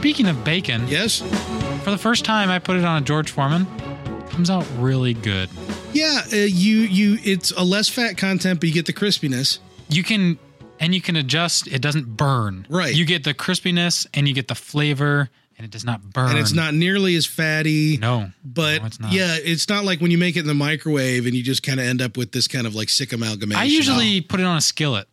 bacon. Yes? For the first time, I put it on a George Foreman. Comes out really good. Yeah, uh, you you it's a less fat content but you get the crispiness. You can and you can adjust. It doesn't burn. Right. You get the crispiness and you get the flavor, and it does not burn. And it's not nearly as fatty. No. But No, it's not. yeah, it's not like when you make it in the microwave and you just kind of end up with this kind of like sick amalgamation. I usually put it on a skillet,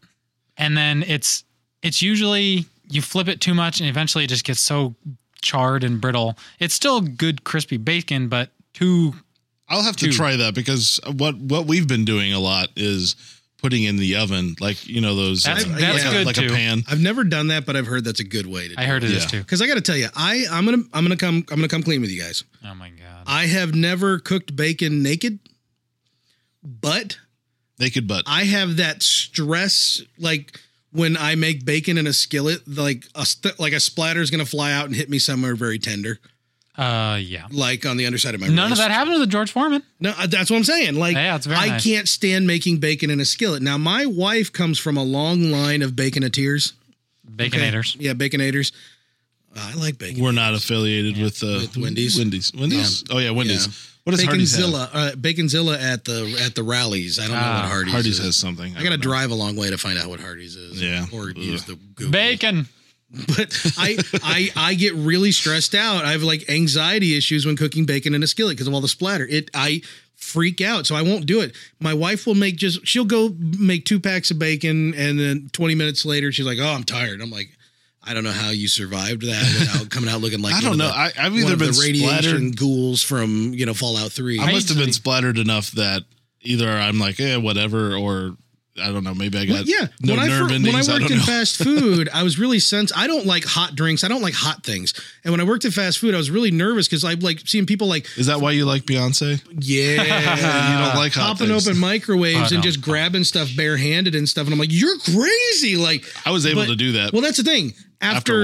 and then it's it's usually you flip it too much, and eventually it just gets so charred and brittle. It's still good crispy bacon, but too I'll have to Dude. try that because what what we've been doing a lot is putting in the oven, like you know those That's- like that's a, good like too. a pan. Oh, I've never done that, but I've heard that's a good way to. I heard it is Yeah. too. Because I got to tell you, I I'm gonna I'm gonna come I'm gonna come clean with you guys. Oh my god. I have never cooked bacon naked, but Naked butt. I have that stress like when I make bacon in a skillet, like a st- like a splatter is gonna fly out and hit me somewhere very tender, Uh yeah. like on the underside of my. None of wrist. that happened to the George Foreman. No, uh, that's what I'm saying. Like, Yeah, it's very I nice. can't stand making bacon in a skillet. Now, my wife comes from a long line of baconators. Baconators. Yeah, baconators. Uh, I like bacon. We're not affiliated with, uh, With Wendy's. Wendy's. Wendy's. Oh yeah, Wendy's. Yeah. What does Hardee's have? Baconzilla, uh, baconzilla at the at the rallies. I don't know Ah, what Hardee's, Hardee's is. has something. I got to don't know. drive a long way to find out what Hardee's is. Yeah. or use the Google. Bacon. But I, I I get really stressed out. I have like anxiety issues when cooking bacon in a skillet because of all the splatter. It I freak out, so I won't do it. My wife will make just she'll go make two packs of bacon, and then twenty minutes later she's like, "Oh, I'm tired." I'm like. I don't know how you survived that without coming out looking like I one don't of know. the- I- I've one either of been the radiation splattered- ghouls from you know Fallout Three. I must have been usually- splattered enough that either I'm like, eh, whatever, or I don't know. Maybe I got Well, yeah. no when, I, nerve fir- when endings. I I, worked don't in know. fast food, I was really sense. I don't like hot drinks. I don't like hot things. And when I worked at fast food, I was really nervous because I like seeing people like, Is that why you like Beyonce? yeah, you don't like hot popping things. open microwaves I and don't. just grabbing stuff barehanded and stuff. And I'm like, you're crazy. Like, I was able but- to do that. well, that's the thing. After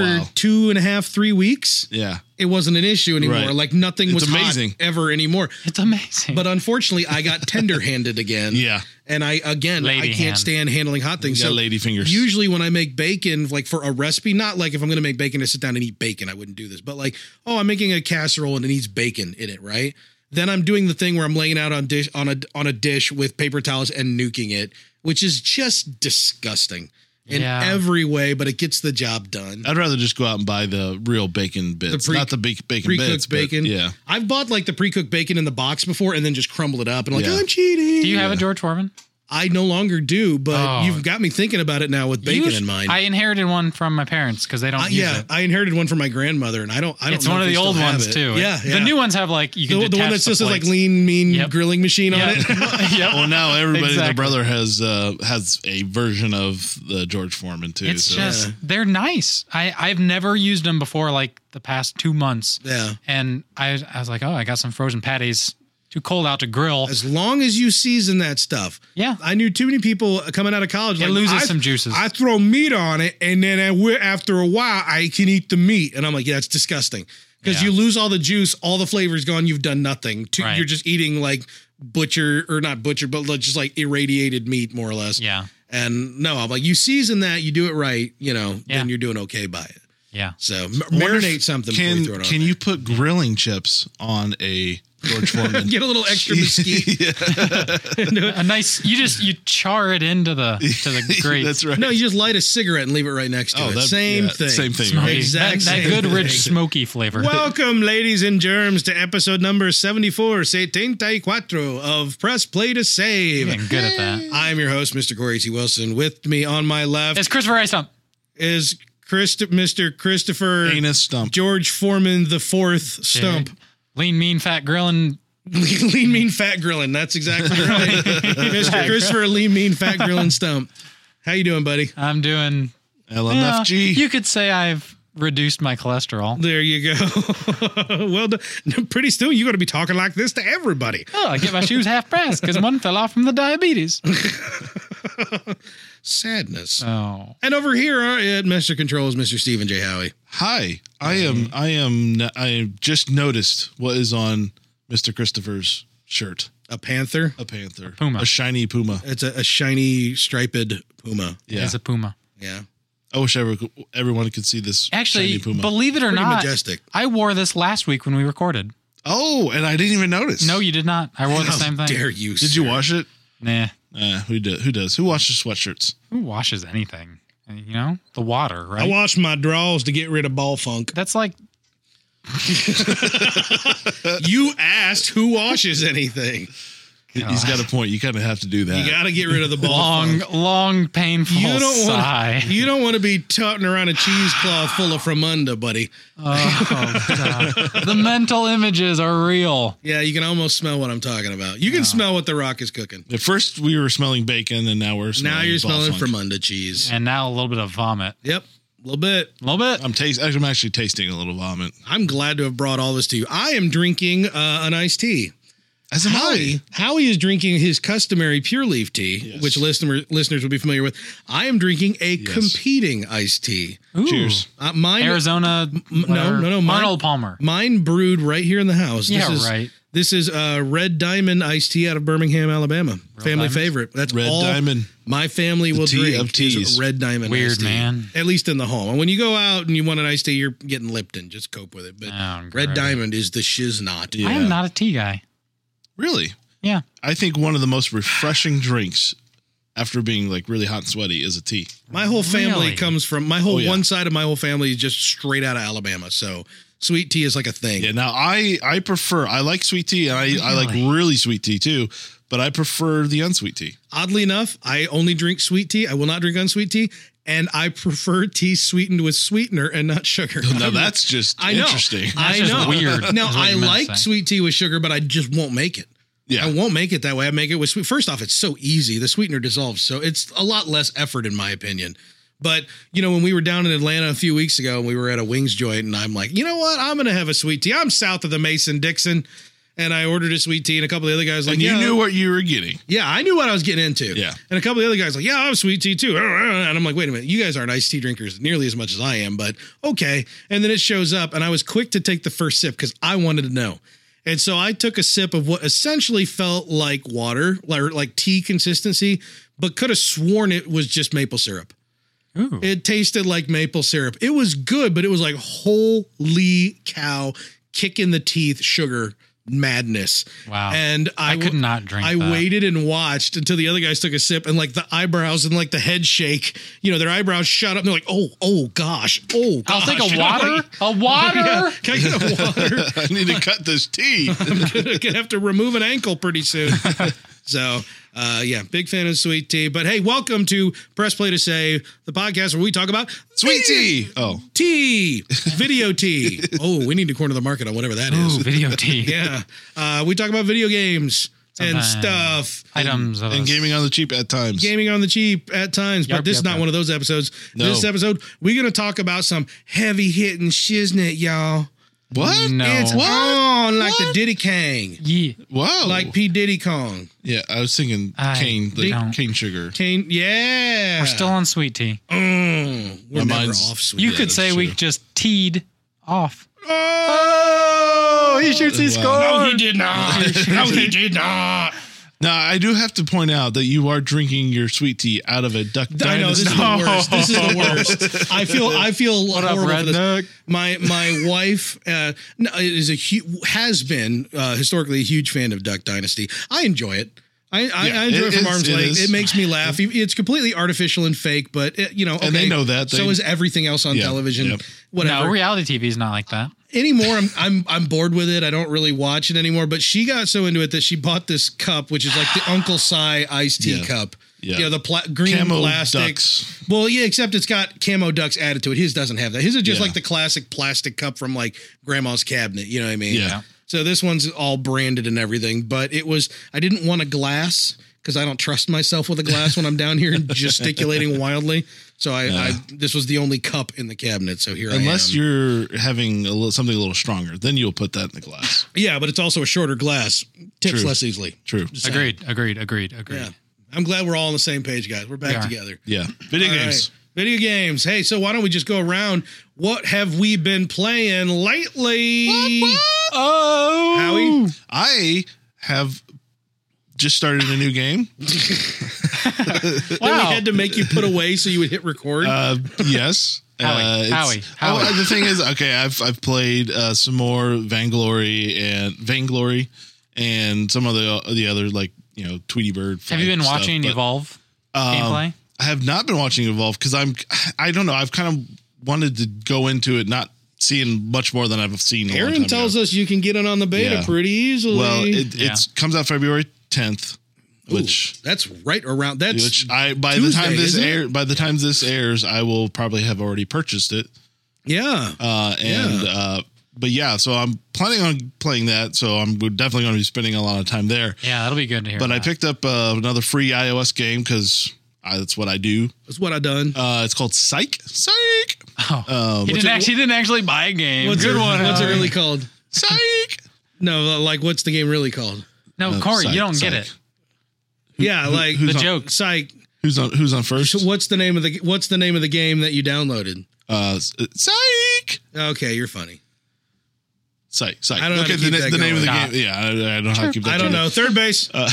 After, a while. two and a half, three weeks, yeah. it wasn't an issue anymore. Right. Like nothing It's was hot amazing. ever anymore. It's amazing. But uh, unfortunately, I got tender handed again. Yeah. And I, again, I Lady can't hand. stand handling hot You things. got So- lady fingers. usually when I make bacon, like for a recipe, not like if I'm gonna make bacon to sit down and eat bacon, I wouldn't do this. But like, oh, I'm making a casserole and it needs bacon in it, right? Then I'm doing the thing where I'm laying out on dish on a on a dish with paper towels and nuking it, which is just disgusting in Yeah. every way, but it gets the job done. I'd rather just go out and buy the real bacon bits, pre- not the bake, bacon bits. Pre-cooked but bacon. yeah. I've bought like the pre-cooked bacon in the box before and then just crumble it up and like, Yeah. I'm cheating. do you have a George Foreman? I no longer do, but Oh. you've got me thinking about it now with bacon Usu- in mind. I inherited one from my parents because they don't I, use yeah, it. I inherited one from my grandmother, and I don't. I don't. It's know one if of they the still old have ones it. too. Yeah, yeah. The new ones have like you can The, the one detach that just says like plates. lean, mean Yep. grilling machine on it. Yep. yep. Well, now everybody and Exactly. their brother has uh, has a version of the George Foreman too. It's uh, so just they're nice. I I've never used them before like the past two months. Yeah. And I I was like, oh, I got some frozen patties. Too cold out to grill. As long as you season that stuff. Yeah. I knew too many people coming out of college. It like, loses I- some juices. I throw meat on it, and then I wi- after a while, I can eat the meat, and I'm like, yeah, it's disgusting because Yeah. you lose all the juice, all the flavor's gone. You've done nothing. To, Right. You're just eating like butcher or not butcher, but like, just like irradiated meat, more or less. yeah. And no, I'm like, you season that, you do it right, you know, Yeah. then you're doing okay by it. Yeah. So m- Wonder if- marinate something before Can you throw it can on. you put grilling chips on a George Foreman? Get a little extra mesquite. A nice you just you char it into the to the grate. That's right. No, you just light a cigarette and leave it right next to Oh, it. that- same yeah, thing. same thing, Smoky. right? Exact that, that same good thing. rich smoky flavor. Welcome, ladies and germs, to episode number 74, Setentaquatro of Press Play to I'm Save. good at that. I'm your host, Mr. Corey T. Wilson. With me on my left It's Christopher Rice Hump. is Christ- Mr. Christopher Anus stump. George Foreman the Fourth Stump. Lean, mean, fat grilling. Lean Mean Fat Grilling. That's exactly right. Mr. Christopher Lean Mean Fat Grilling Stump. How you doing, buddy? I'm doing Well, LMFG. Ah, you could say I've reduced my cholesterol. There you go. well done. Pretty soon you're going to be talking like this to everybody. Oh, I get my shoes half price because one fell off from the diabetes. Sadness. Oh, and over here uh, at Mr. Controls, Mr. Stephen J. Howie. Hi, I am. I am. n- I just noticed what is on Mister Christopher's shirt. A panther. A panther. puma. A shiny puma. It's a, a shiny striped puma. Yeah. it's a puma. Yeah. I wish every, everyone could see this. Actually, shiny puma. believe it or Pretty not, majestic. I wore this last week when we recorded. oh, and I didn't even notice. No, you did not. I wore the How same thing. Dare you? did you sir. wash it? Nah, Uh, who does? Who does? Who washes sweatshirts? who washes anything? You know, the water, right? I washed my draws to get rid of ball funk. That's like you asked who washes anything. He's got a point. You kind of have to do that. You got to get rid of the ball long, funk. long, painful You don't sigh. want. You don't want to be touting around a cheesecloth full of fromunda, buddy. Oh, God. the mental images are real. Yeah, you can almost smell what I'm talking about. You can smell what the Rock is cooking. At first, we were smelling bacon, and now we're smelling Now you're ball smelling funk. fromunda cheese. And now a little bit of vomit. Yep, a little bit. A little bit. I'm taste. I'm actually tasting a little vomit. I'm glad to have brought all this to you. I am drinking uh, an iced tea. As am Howie, Howie is drinking his customary pure leaf tea, Yes. which listener, listeners will be familiar with. I am drinking a Yes. competing iced tea. Ooh. Cheers. Uh, mine, Arizona. whatever. no, no, mine- Arnold Palmer. mine brewed right here in the house. Yeah, this is, right. This is uh, Red Diamond iced tea out of Birmingham, Alabama. family Diamonds? favorite. That's Red all Diamond. My family will tea drink of is teas. Red Diamond. Weird, iced tea. man. At least in the home. And when you go out and you want an iced tea, you're getting Lipton. Just cope with it. But Oh, Red great. Diamond is the shiznot. Yeah. I am not a tea guy. Really? Yeah. I think one of the most refreshing drinks after being like really hot and sweaty is a tea. My whole family Really? comes from my whole Oh, yeah. one side of my whole family is just straight out of Alabama. So sweet tea is like a thing. Yeah. Now I I prefer I like sweet tea and I I like Really? really sweet tea too, but I prefer the unsweet tea. Oddly enough, I only drink sweet tea. I will not drink unsweet tea, and I prefer tea sweetened with sweetener and not sugar. Now that's just I know. interesting. That's I just know. weird, is No, what I you meant to like say. sweet tea with sugar, but I just won't make it. yeah. I won't make it that way. I make it with sweet. First off, it's so easy. The sweetener dissolves, so it's a lot less effort, in my opinion. But you know, when we were down in Atlanta a few weeks ago, and we were at a wings joint, and I'm like, you know what? I'm gonna have a sweet tea. I'm south of the Mason Dixon, and I ordered a sweet tea, and a couple of the other guys like, and you yeah, knew what you were getting. yeah, I knew what I was getting into. Yeah. and a couple of the other guys like, yeah, I have sweet tea too. And I'm like, wait a minute, you guys aren't iced tea drinkers nearly as much as I am, but okay. And then it shows up, and I was quick to take the first sip because I wanted to know. And so I took a sip of what essentially felt like water, like, like tea consistency, but could have sworn it was just maple syrup. Ooh. It tasted like maple syrup. It was good, but it was like holy cow, kick in the teeth, sugar madness. Wow. And I, I could not drink I that. waited and watched until the other guys took a sip and like the eyebrows and like the head shake. You know, their eyebrows shot up. And they're like, oh, oh gosh, oh. Gosh. I'll take a And I'm water. like, A water. yeah, can I get a water? I need to cut this tea. I'm gonna have to remove an ankle pretty soon. so, uh, yeah, big fan of sweet tea. But hey, welcome to Press Play to Say, the podcast where we talk about Sweet tea. Oh. tea, video tea. Oh, we need to corner the market on whatever that is. Ooh, video tea. Yeah, uh, we talk about video games and Sometimes. stuff. Items of And us. gaming on the cheap at times. Gaming on the cheap at times, but Yarp, this is yarp, not yarp. one of those episodes. No. This episode, we're gonna talk about some heavy hitting shiznit, y'all. what? No. It's What? on like the What? Diddy Kang, Ye- Wow. Oh. like P Diddy Kong. yeah, I was thinking I cane, don't- like cane sugar. Kane, yeah. We're still on sweet tea. Mm, we're My never mind's- off sweet. You Yeah, could that's say we true. just teed off. Oh, he shoots. He Wow. scored. did not. no, he did not. Now I do have to point out that you are drinking your sweet tea out of a duck I know this dynasty. is the worst. This is the worst. I feel. I feel What up, horrible for this. redneck? My my wife uh, no, is a hu- has been uh, historically a huge fan of Duck Dynasty. I enjoy it. I, I, Yeah, I enjoy it it from is- arm's it length. is. It makes me laugh. It's completely artificial and fake, but it, you know, okay. And they know that. so They- is everything else on Yeah, television. yep. Whatever No, reality TV is not like that. anymore I'm, I'm i'm bored with it i don't really watch it anymore but she got so into it that she bought this cup which is like the uncle Cy iced tea Yeah. cup Yeah. you know the pla- green Camo plastic ducks. well yeah except it's got camo ducks added to it his doesn't have that his is just Yeah. like the classic plastic cup from like grandma's cabinet you know what i mean Yeah. so this one's all branded and everything but it was i didn't want a glass because i don't trust myself with a glass when i'm down here and gesticulating wildly so I, I this was the only cup in the cabinet so here I am. Unless you're having a little, something a little stronger, then you'll put that in the glass. Yeah, but it's also a shorter glass. Tips True. less easily. True. Agreed. Agreed. Agreed. Agreed. Yeah. I'm glad we're all on the same page, guys. We're back We are. together. Yeah. Video All games. right. Video games. Hey, so why don't we just go around? What have we been playing lately? Oh, Howie? I have just started a new game. Then Wow. we had to make you put away so you would hit record. Uh, yes. Howie, uh, it's- Howie, Oh, Howie. the thing is, okay, I've I've played uh, some more Vanglory and Vanglory and some of the the other like you know Tweety Bird. Have you fight been stuff, watching but, Evolve um, gameplay? I have not been watching Evolve because I'm I don't know I've kind of wanted to go into it not seeing much more than I've seen. a long Aaron time tells ago. us you can get in on the beta Yeah. pretty easily. Well, it Yeah. it's comes out February 10th, Ooh, which. that's right around that's Which I by the time Tuesday, this isn't it? air by the time this airs, I will probably have already purchased it. yeah. Uh, and uh, but yeah, so I'm planning on playing that. So I'm we're definitely going to be spending a lot of time there. Yeah, that'll be good to hear. But I about. picked up uh, another free iOS game because that's what I do. That's what I done. Uh, it's called Psych. Psych. Oh. uh, Um, he didn't it- actually he didn't actually buy a game. What's good it, one. What's it Howie. really called? Psych. No, like what's the game really called? No, Uh, Corey, psych, you don't get psych. it. Yeah, like The who's on, joke. psych. Who's on? Who's on first? So what's the name of the what's the name of the game that you downloaded? Uh, Psych. Okay, you're funny. Psych. Psych. I don't know Look how at to the, keep na- that the name of the going. game. Yeah, I, I don't know how to keep that. I don't going. know. Third base. Uh,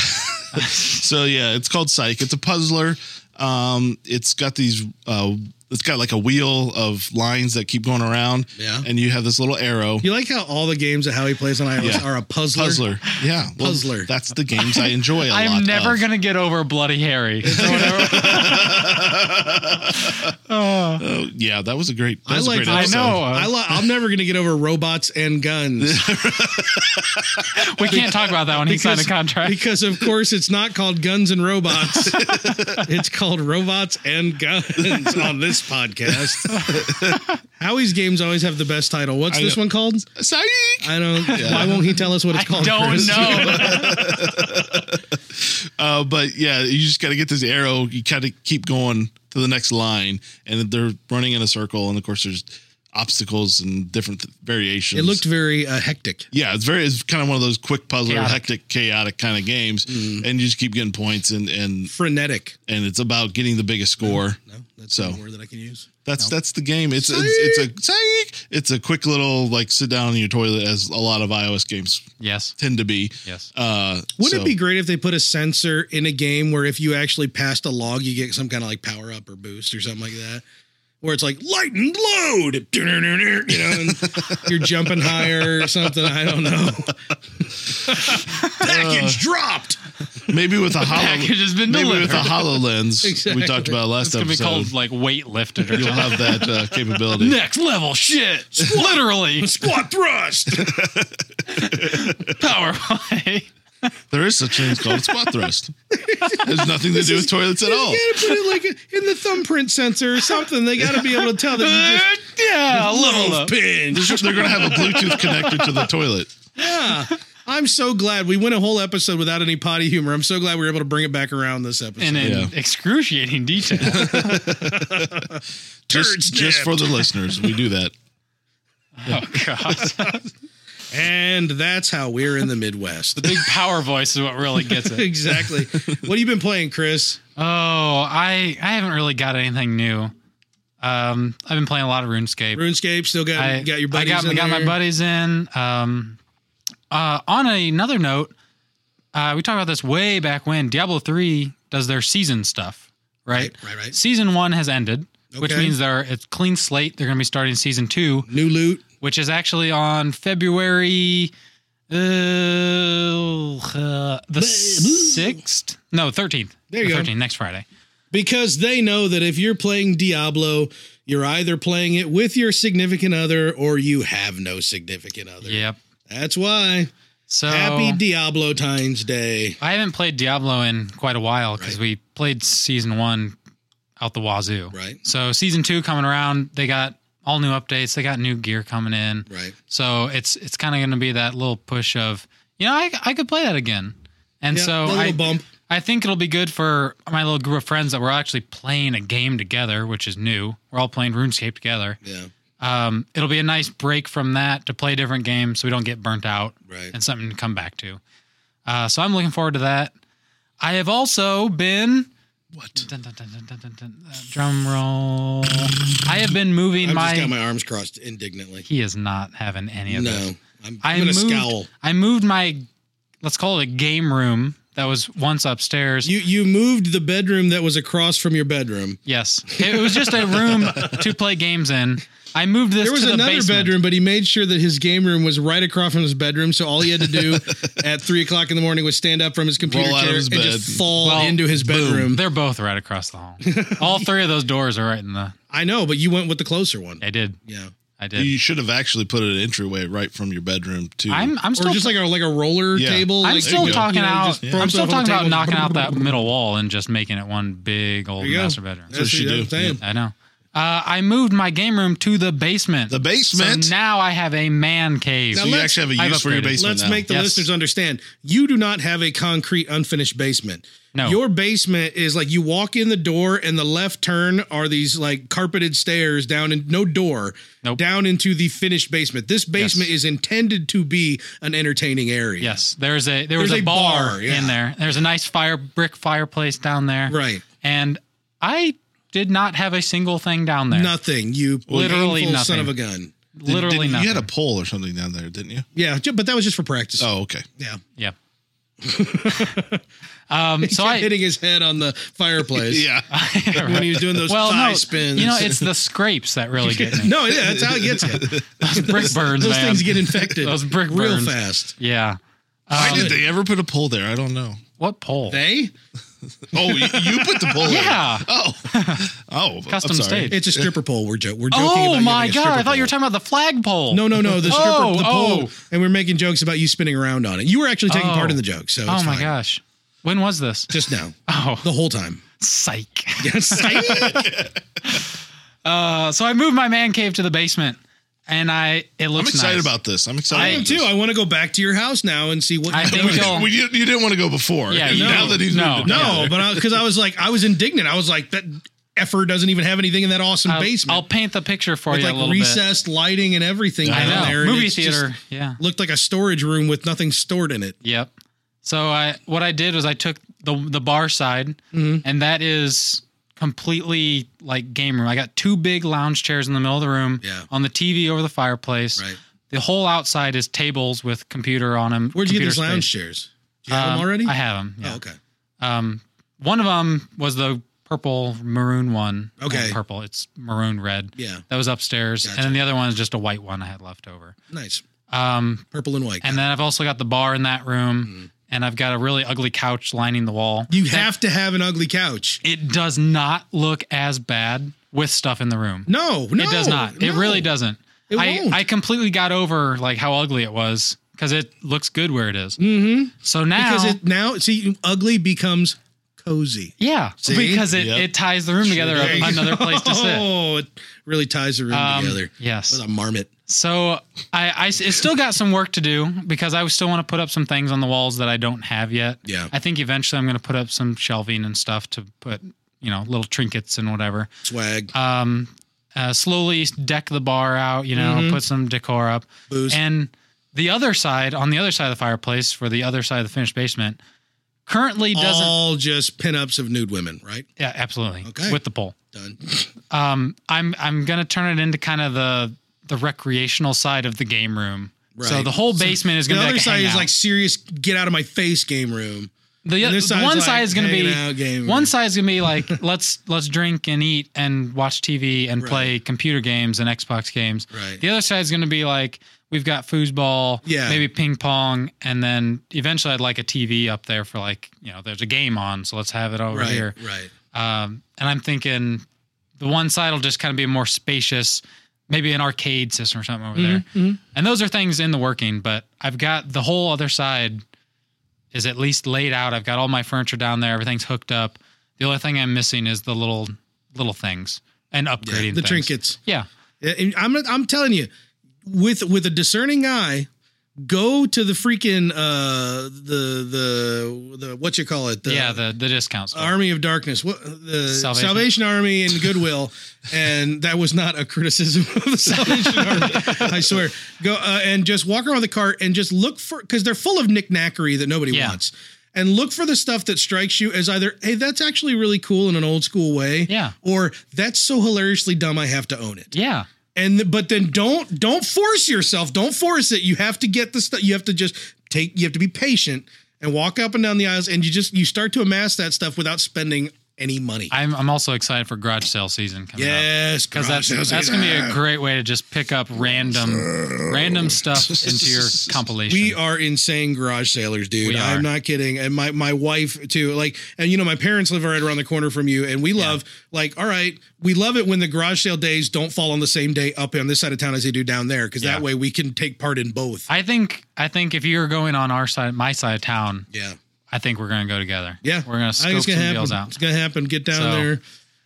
so yeah, it's called Psych. It's a puzzler. Um, it's got these. Uh, it's got like a wheel of lines that keep going around. Yeah. And you have this little arrow. You like how all the games that Howie plays on iOS Yeah. are a puzzler? Puzzler. Yeah. well, Puzzler. That's the games I enjoy a lot. I'm never of. gonna get over Bloody Harry. or whatever. Oh, Oh, yeah, that was a great. That I was a like. great I episode. know. know. Oh, I li- I'm never gonna get over robots and guns we can't talk about that when he signed a contract. because, of course, it's not called Guns and Robots. it's called Robots and Guns on this podcast. Howie's games always have the best title. What's I this know. one called? Psych. I don't. Why won't he tell us what it's I called? don't Chris? know. Uh, but yeah, you just got to get this arrow. You kind of keep going to the next line, and they're running in a circle. And of course, there's obstacles and different th- variations. It looked very uh, hectic. yeah, it's very it's kind of one of those quick puzzler, Chaotic. hectic, chaotic kind of games, and you just keep getting points, and and Frenetic. and it's about getting the biggest score. No, that's So. not a word that I can use. That's that's the game. It's it's, it's a psych. it's a quick little like sit down in your toilet as a lot of iOS games yes. tend to be. Yes. Uh, Wouldn't so- it be great if they put a sensor in a game where if you actually passed a log, you get some kind of like power up or boost or something like that? Where it's like light and load, you know, and you're jumping higher or something. I don't know. Package dropped. maybe with a hollow, package has been maybe delivered. with a Hololens we talked about last It's gonna be episode. called like weight lifted or You'll something. have that uh, capability. Next level shit. Literally Squat thrust. power play. There is such a thing called squat thrust. There's nothing to do with toilets at all. You gotta put it like in the thumbprint sensor or something. They gotta be able to tell that you just Uh, yeah, level up. They're just- they're gonna have a Bluetooth connector to the toilet. Yeah. I'm so glad we went a whole episode without any potty humor. I'm so glad we were able to bring it back around this episode. And in Yeah. excruciating detail. Turd Just, snapped. just for the listeners, we do that. Oh god. And that's how we're in the Midwest. Big power voice is what really gets it. exactly. What have you been playing, Chris? Oh, I I haven't really got anything new. Um, I've been playing a lot of RuneScape. RuneScape still got I got your I buddies. got, in got my there? buddies in. Um, uh, on another note, uh, we talked about this way back when Diablo three does their season stuff, right? Right, right, right. Season one has ended, which Okay. means they're it's clean slate. They're going to be starting season two, New loot. which is actually on February uh, uh, the sixth. No, thirteenth. There you go. Next Friday. Because they know that if you're playing Diablo, you're either playing it with your significant other or you have no significant other. Yep. That's why. So Happy Diablo Times Day. I haven't played Diablo in quite a while because we played season one out the wazoo. Right. So season two coming around, they got all new updates. They got new gear coming in. Right. So it's it's kind of going to be that little push of you know I, I could play that again, and Yeah, so the little I bump. I think it'll be good for my little group of friends that we're actually playing a game together, which is new. We're all playing RuneScape together. Yeah. Um, it'll be a nice break from that to play different games so we don't get burnt out Right. and something to come back to. Uh, so I'm looking forward to that. I have also been What? dun, dun, dun, dun, dun, dun, dun, uh, drum roll. I have been moving I've my, just got my arms crossed indignantly. He is not having any of No, this. I'm, I'm I gonna moved. scowl. I moved my. Let's call it a game room that was once upstairs. You you moved the bedroom that was across from your bedroom. yes, it was just a room to play games in. I moved this. There was to the another basement. bedroom, but he made sure that his game room was right across from his bedroom. So all he had to do at three o'clock in the morning was stand up from his computer Roll out of chair his and bed. just fall Well, into his bedroom. They're both right across the hall. All three of those doors are right in the. I know, but you went with the closer one. I did. Yeah. I did. You should have actually put an entryway right from your bedroom to. I'm. I'm or still. just like a like a roller Yeah. table. I'm like, still you go. talking you know, out. just throw I'm still himself on talking the about table. knocking out that middle wall and just making it one big old There you go. master bedroom. what That's you what do. I'm saying. I know. Uh, I moved my game room to the basement. the basement. So now I have a man cave. so you let's- actually have a I've use for your upgraded. basement Let's now. make the Yes. listeners understand. You do not have a concrete unfinished basement. No. Your basement is like you walk in the door and the left turn are these like carpeted stairs down and no door Nope. down into the finished basement. This basement is intended to be an entertaining area. yes, there's a there was There's a a bar, bar, yeah. in there. There's a nice fire brick fireplace down there. Right. And I did not have a single thing down there. Nothing. You Literally literally painful son nothing. of a gun. Did- Literally didn't- nothing. You had a pole or something down there, didn't you? Yeah, ju- but that was just for practice. Oh, okay. Yeah. yeah. um, so So I hitting his head on the fireplace Yeah. Uh, when he was doing those well thigh no spins. you know it's the scrapes that really get me. no, yeah, that's how it gets you. Those brick burns, Those man. things get infected. Those brick real burns. fast. yeah. Why Um, did they ever put a pole there? I don't know. what pole? They? Oh, you, you put the pole. Yeah. There. Oh. Oh. Custom I'm sorry. stage. It's a stripper pole. We're, jo- we're joking. oh about my having a stripper god! I thought you were pole. talking about the flagpole. No, no, no. The stripper Oh, the pole. oh. And we're making jokes about you spinning around on it. You were actually taking Oh. part in the joke. So Oh it's my fine. gosh! When was this? Just now. Oh, The whole time. psych. Yes. Uh, so I moved my man cave to the basement, and I it I'm looks. excited nice. about this. I'm excited. I am about too. this. I want to go back to your house now and see what I you think do with it. you'll- We, you, you didn't want to go before. Yeah, And you now don't. that he's No. moved it down No, there. but because I, was like, I was indignant. I was like, that effer doesn't even have anything in that awesome I'll, basement. I'll paint the picture for with you a like little recessed lighting and everything bit. I down there. know. and Movie it's just theater. yeah. Looked like a storage room with nothing stored in it. Yep. So I what I did was I took the the bar side, Mm-hmm. and that is completely like game room. I got two big lounge chairs in the middle of the room. Yeah. On the TV over the fireplace. Right. The whole outside is tables with computer on them. Where'd you get these lounge chairs? Do you have them already? I have them. Yeah. Oh, okay. Um, one of them was the purple maroon one. Okay. Not purple. It's maroon red. Yeah. That was upstairs, Gotcha. and then the other one is just a white one I had left over. Nice. Um, Purple and white. and then I've also got the bar in that room, and I've got a really ugly couch lining the wall. Mm-hmm. you have to have an ugly couch. It does not look as bad with stuff in the room. No, no. it does not. It no. really doesn't. It I won't. I completely got over like how ugly it was because it looks good where it Mm-hmm. So now, Because it now see ugly becomes cozy. yeah, See? because it, Yep. it ties the room together There you of another place to sit. Oh, it really ties the room Um, together. yes. With a marmot. So I, I it's still got some work to do because I still want to put up some things on the walls that I don't have yet. Yeah. I think eventually I'm going to put up some shelving and stuff to put, you know, little trinkets and whatever. Swag. Um, uh, slowly deck the bar out, you know, Mm-hmm. put some decor up. booze. And the other side, on the other side of the fireplace, for the other side of the finished basement, currently doesn't. All just pinups of nude women, right? yeah, absolutely. Okay. With the pole. Done. um, I'm I'm gonna turn it into kind of the the recreational side of the game room. So Right. the whole basement is The gonna other be like a side is hangout. like serious get out of my face game room. the, and this the side's one like side is gonna hanging out be game one room. side is gonna be like let's let's drink and eat and watch TV and play computer games and Xbox games. Right. The other side is gonna be like we've got foosball, Yeah. maybe ping pong, and then eventually I'd like a TV up there for like you know there's a game on, so let's have it over Right. here. Right. Um, and I'm thinking the one side will just kind of be more spacious, maybe an arcade system or something over Mm-hmm, there. And those are things in the working, but I've got the whole other side is at least laid out. I've got all my furniture down there. Everything's hooked up. The only thing I'm missing is the little little things and Yeah, upgrading the things. trinkets. Yeah. Uh, And I'm I'm telling you, with with a discerning eye, go to the freaking uh the the the what you call it the yeah. The the discounts. Army of Darkness, what uh, the Salvation. Salvation, Army and Goodwill, and that was not a criticism of the Salvation Army. I swear. Go uh, and just walk around the cart and just look for because they're full of knickknackery that nobody Yeah. wants, and look for the stuff that strikes you as either hey that's actually really cool in an old school way, Yeah. or that's so hilariously dumb I have to own it yeah. and th- but then don't don't force yourself don't force it you have to get the stuff you have to just take you have to be patient and walk up and down the aisles, and you just you start to amass that stuff without spending any money. I'm, I'm also excited for garage sale season coming up. yes, because that's that's gonna be a great way to just pick up random random stuff into your compilation. We are insane garage sailors, dude. We are. I'm not kidding. And my my wife too. Like, and you know, my parents live right around the corner from you, and we love like, all right, we love it when the garage sale days don't fall on the same day up on this side of town as they do down there, because that Yeah. way we can take part in both. I think I think if you're going on our side, my side of town, yeah, I think we're gonna go together. yeah. we're gonna I scope think it's some happen. deals It's out. gonna happen. Get down So- there,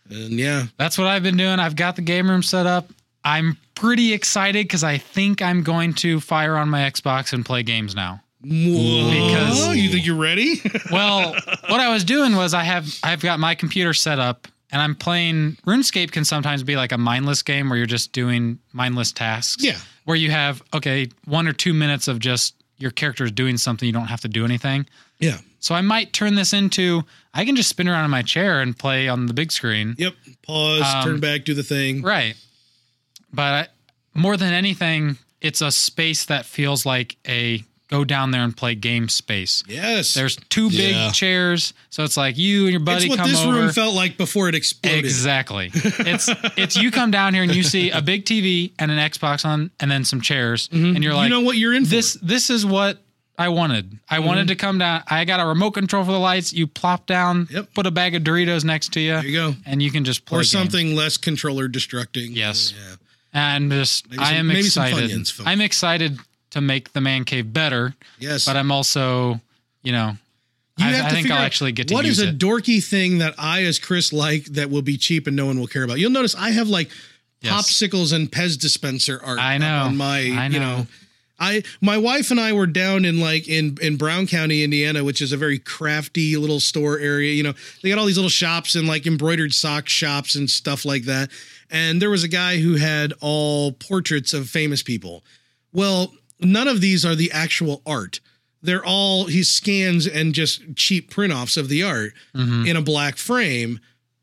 and yeah, That's what I've been doing. I've got the game room set up. I'm pretty excited because I think I'm going to fire on my Xbox and play games now. Whoa. Because- Oh, you think you're ready? Well, what I was doing was I have I've got my computer set up and I'm playing RuneScape can sometimes be like a mindless game where you're just doing mindless tasks. Yeah. Where you have okay, one or two minutes of just your character is doing something, you don't have to do anything. yeah. So I might turn this into I can just spin around in my chair and play on the big screen. Yep. Pause. Um, turn back. Do the thing. Right. But I, more than anything, it's a space that feels like a go down there and play game space. Yes. There's two big Yeah. chairs, so it's like you and your buddy it's what come this over. room felt like before it exploded. exactly. it's it's you come down here and you see a big TV and an Xbox on and then some chairs and you're like Mm-hmm. you know what you're in for. this this is what I wanted. I Mm-hmm. wanted to come down. I got a remote control for the lights. You plop down, Yep. put a bag of Doritos next to you, There you go. and you can just play Or games. something less controller destructing. Yes. Yeah. And just, some- I am maybe some excited. Funyuns, folks. I'm excited to make the man cave better, Yes. but I'm also, you know, you I, have I to think figure I'll out actually get to What is use a it. dorky thing that I, as Chris, like that will be cheap and no one will care about? You'll notice I have like Yes. popsicles and Pez dispenser art. I up know. On my, I you know. know. I my wife and I were down in like in in Brown County, Indiana, which is a very crafty little store area. You know, they got all these little shops and like embroidered sock shops and stuff like that. And there was a guy who had all portraits of famous people. Well, none of these are the actual art. They're all he scans and just cheap print offs of the art Mm-hmm. in a black frame.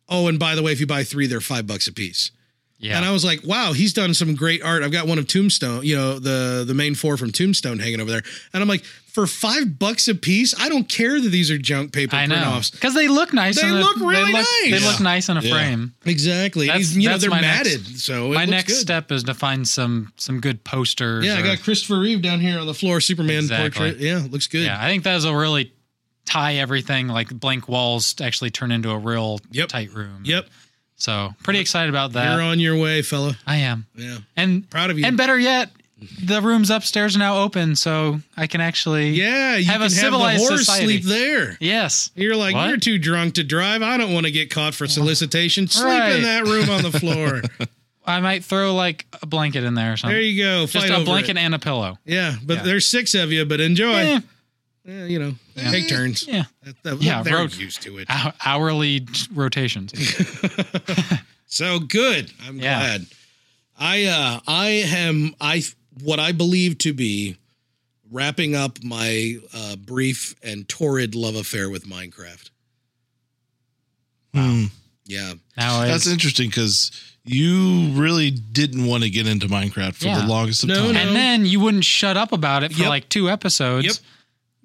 Oh, and by the way, if you buy three, they're five bucks a piece. yeah. And I was like, wow, he's done some great art. I've got one of Tombstone, you know, the the main four from Tombstone hanging over there. And I'm like, for five bucks a piece, I don't care that these are junk paper I know print-offs. because they look nice. They in a- look really they look, They nice. look Yeah. nice in a Yeah. frame. Exactly. That's- He's- you know, that's they're my next- matted. so it My looks next good. step is to find some some good posters. Yeah, I or- got Christopher Reeve down here on the floor, Superman Exactly. portrait. Yeah, looks good. yeah. I think that'll really tie everything like blank walls to actually turn into a real Yep. tight room. Yep. So pretty excited about that. You're on your way, fella. I am. Yeah. And Proud of you. And better yet, the rooms upstairs are now open, so I can actually. yeah, you Have a can civilized have the horse society. sleep there. Yes. You're like, What? you're too drunk to drive. I don't want to get caught for solicitation. Sleep Right. in that room on the floor. I might throw like a blanket in there or something. there you go. Just Fight a over blanket it. and a pillow. Yeah, but Yeah. there's six of you, but enjoy. Eh, Eh, you know, take turns. yeah. That, that, Yeah, they're road- used to it. Hou- hourly rotations. So good. I'm Yeah. glad. I uh I am I what I believe to be wrapping up my uh brief and torrid love affair with Minecraft. Hmm. Yeah. Now it's, That's interesting because you really didn't want to get into Minecraft for Yeah. the longest of No, time. no. and then you wouldn't shut up about it for Yep. like two episodes. Yep.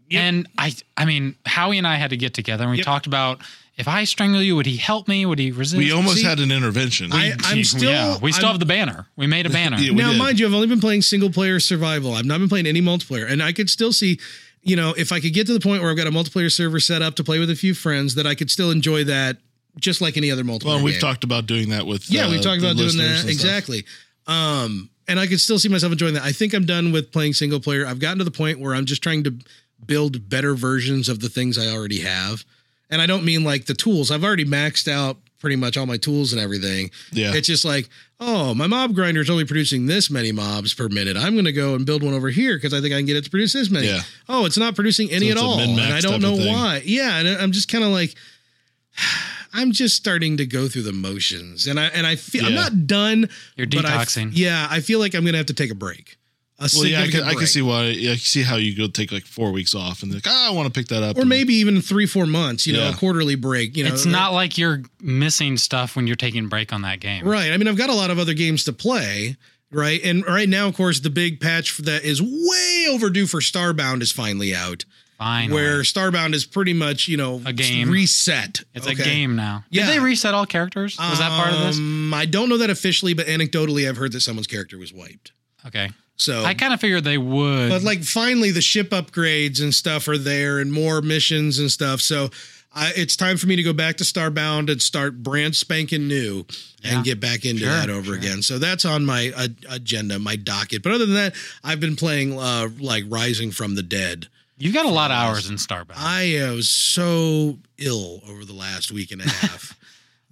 Yep. And I, I mean, Howie and I had to get together and we Yep. talked about if I strangle you, would he help me? Would he resist? We almost See, had an intervention. I, I'm still yeah, we still I'm- have the banner. We made a banner. Yeah, we now, did. mind you, I've only been playing single player survival. I've not been playing any multiplayer, and I could still see, you know, if I could get to the point where I've got a multiplayer server set up to play with a few friends, that I could still enjoy that just like any other multiplayer. well, we've game. talked about doing that with Yeah, uh, we've talked the about doing listeners and that stuff. exactly. Um, and I could still see myself enjoying that. I think I'm done with playing single player. I've gotten to the point where I'm just trying to build better versions of the things I already have, and I don't mean like the tools. I've already maxed out pretty much all my tools and everything. Yeah, It's just like, oh, my mob grinder is only producing this many mobs per minute. I'm going to go and build one over here because I think I can get it to produce this many. Yeah. Oh, it's not producing any at So it's a all, and min-max I type don't of know thing. why. Yeah, and I'm just kind of like, I'm just starting to go through the motions, and I and I feel I'm Yeah. not done. You're but I f- detoxing. yeah, I feel like I'm going to have to take a break. A well, yeah, I significant can, I can break. see why. yeah, I can see how you go take like four weeks off and like, ah, I want to pick that up. Or and- maybe even three, four months, you know, a Yeah. quarterly break. You know, it's not like you're missing stuff when you're taking a break on that game. Right. I mean, I've got a lot of other games to play, right? And right now, of course, the big patch that is way overdue for Starbound is finally out. Finally. where Starbound is pretty much, you know, A game. reset. it's Okay. a game now. Yeah. Did they reset all characters? Was that part of this? Um, I don't know that officially, but anecdotally, I've heard that someone's character was wiped. Okay. So I kind of figured they would. but like finally the ship upgrades and stuff are there and more missions and stuff so I, it's time for me to go back to starbound and start brand spanking new Yeah. and get back into Sure, that over sure. again so that's on my uh, agenda my docket but other than that i've been playing uh, like rising from the dead You've got a lot of hours in Starbound. i uh, was so ill over the last week and a half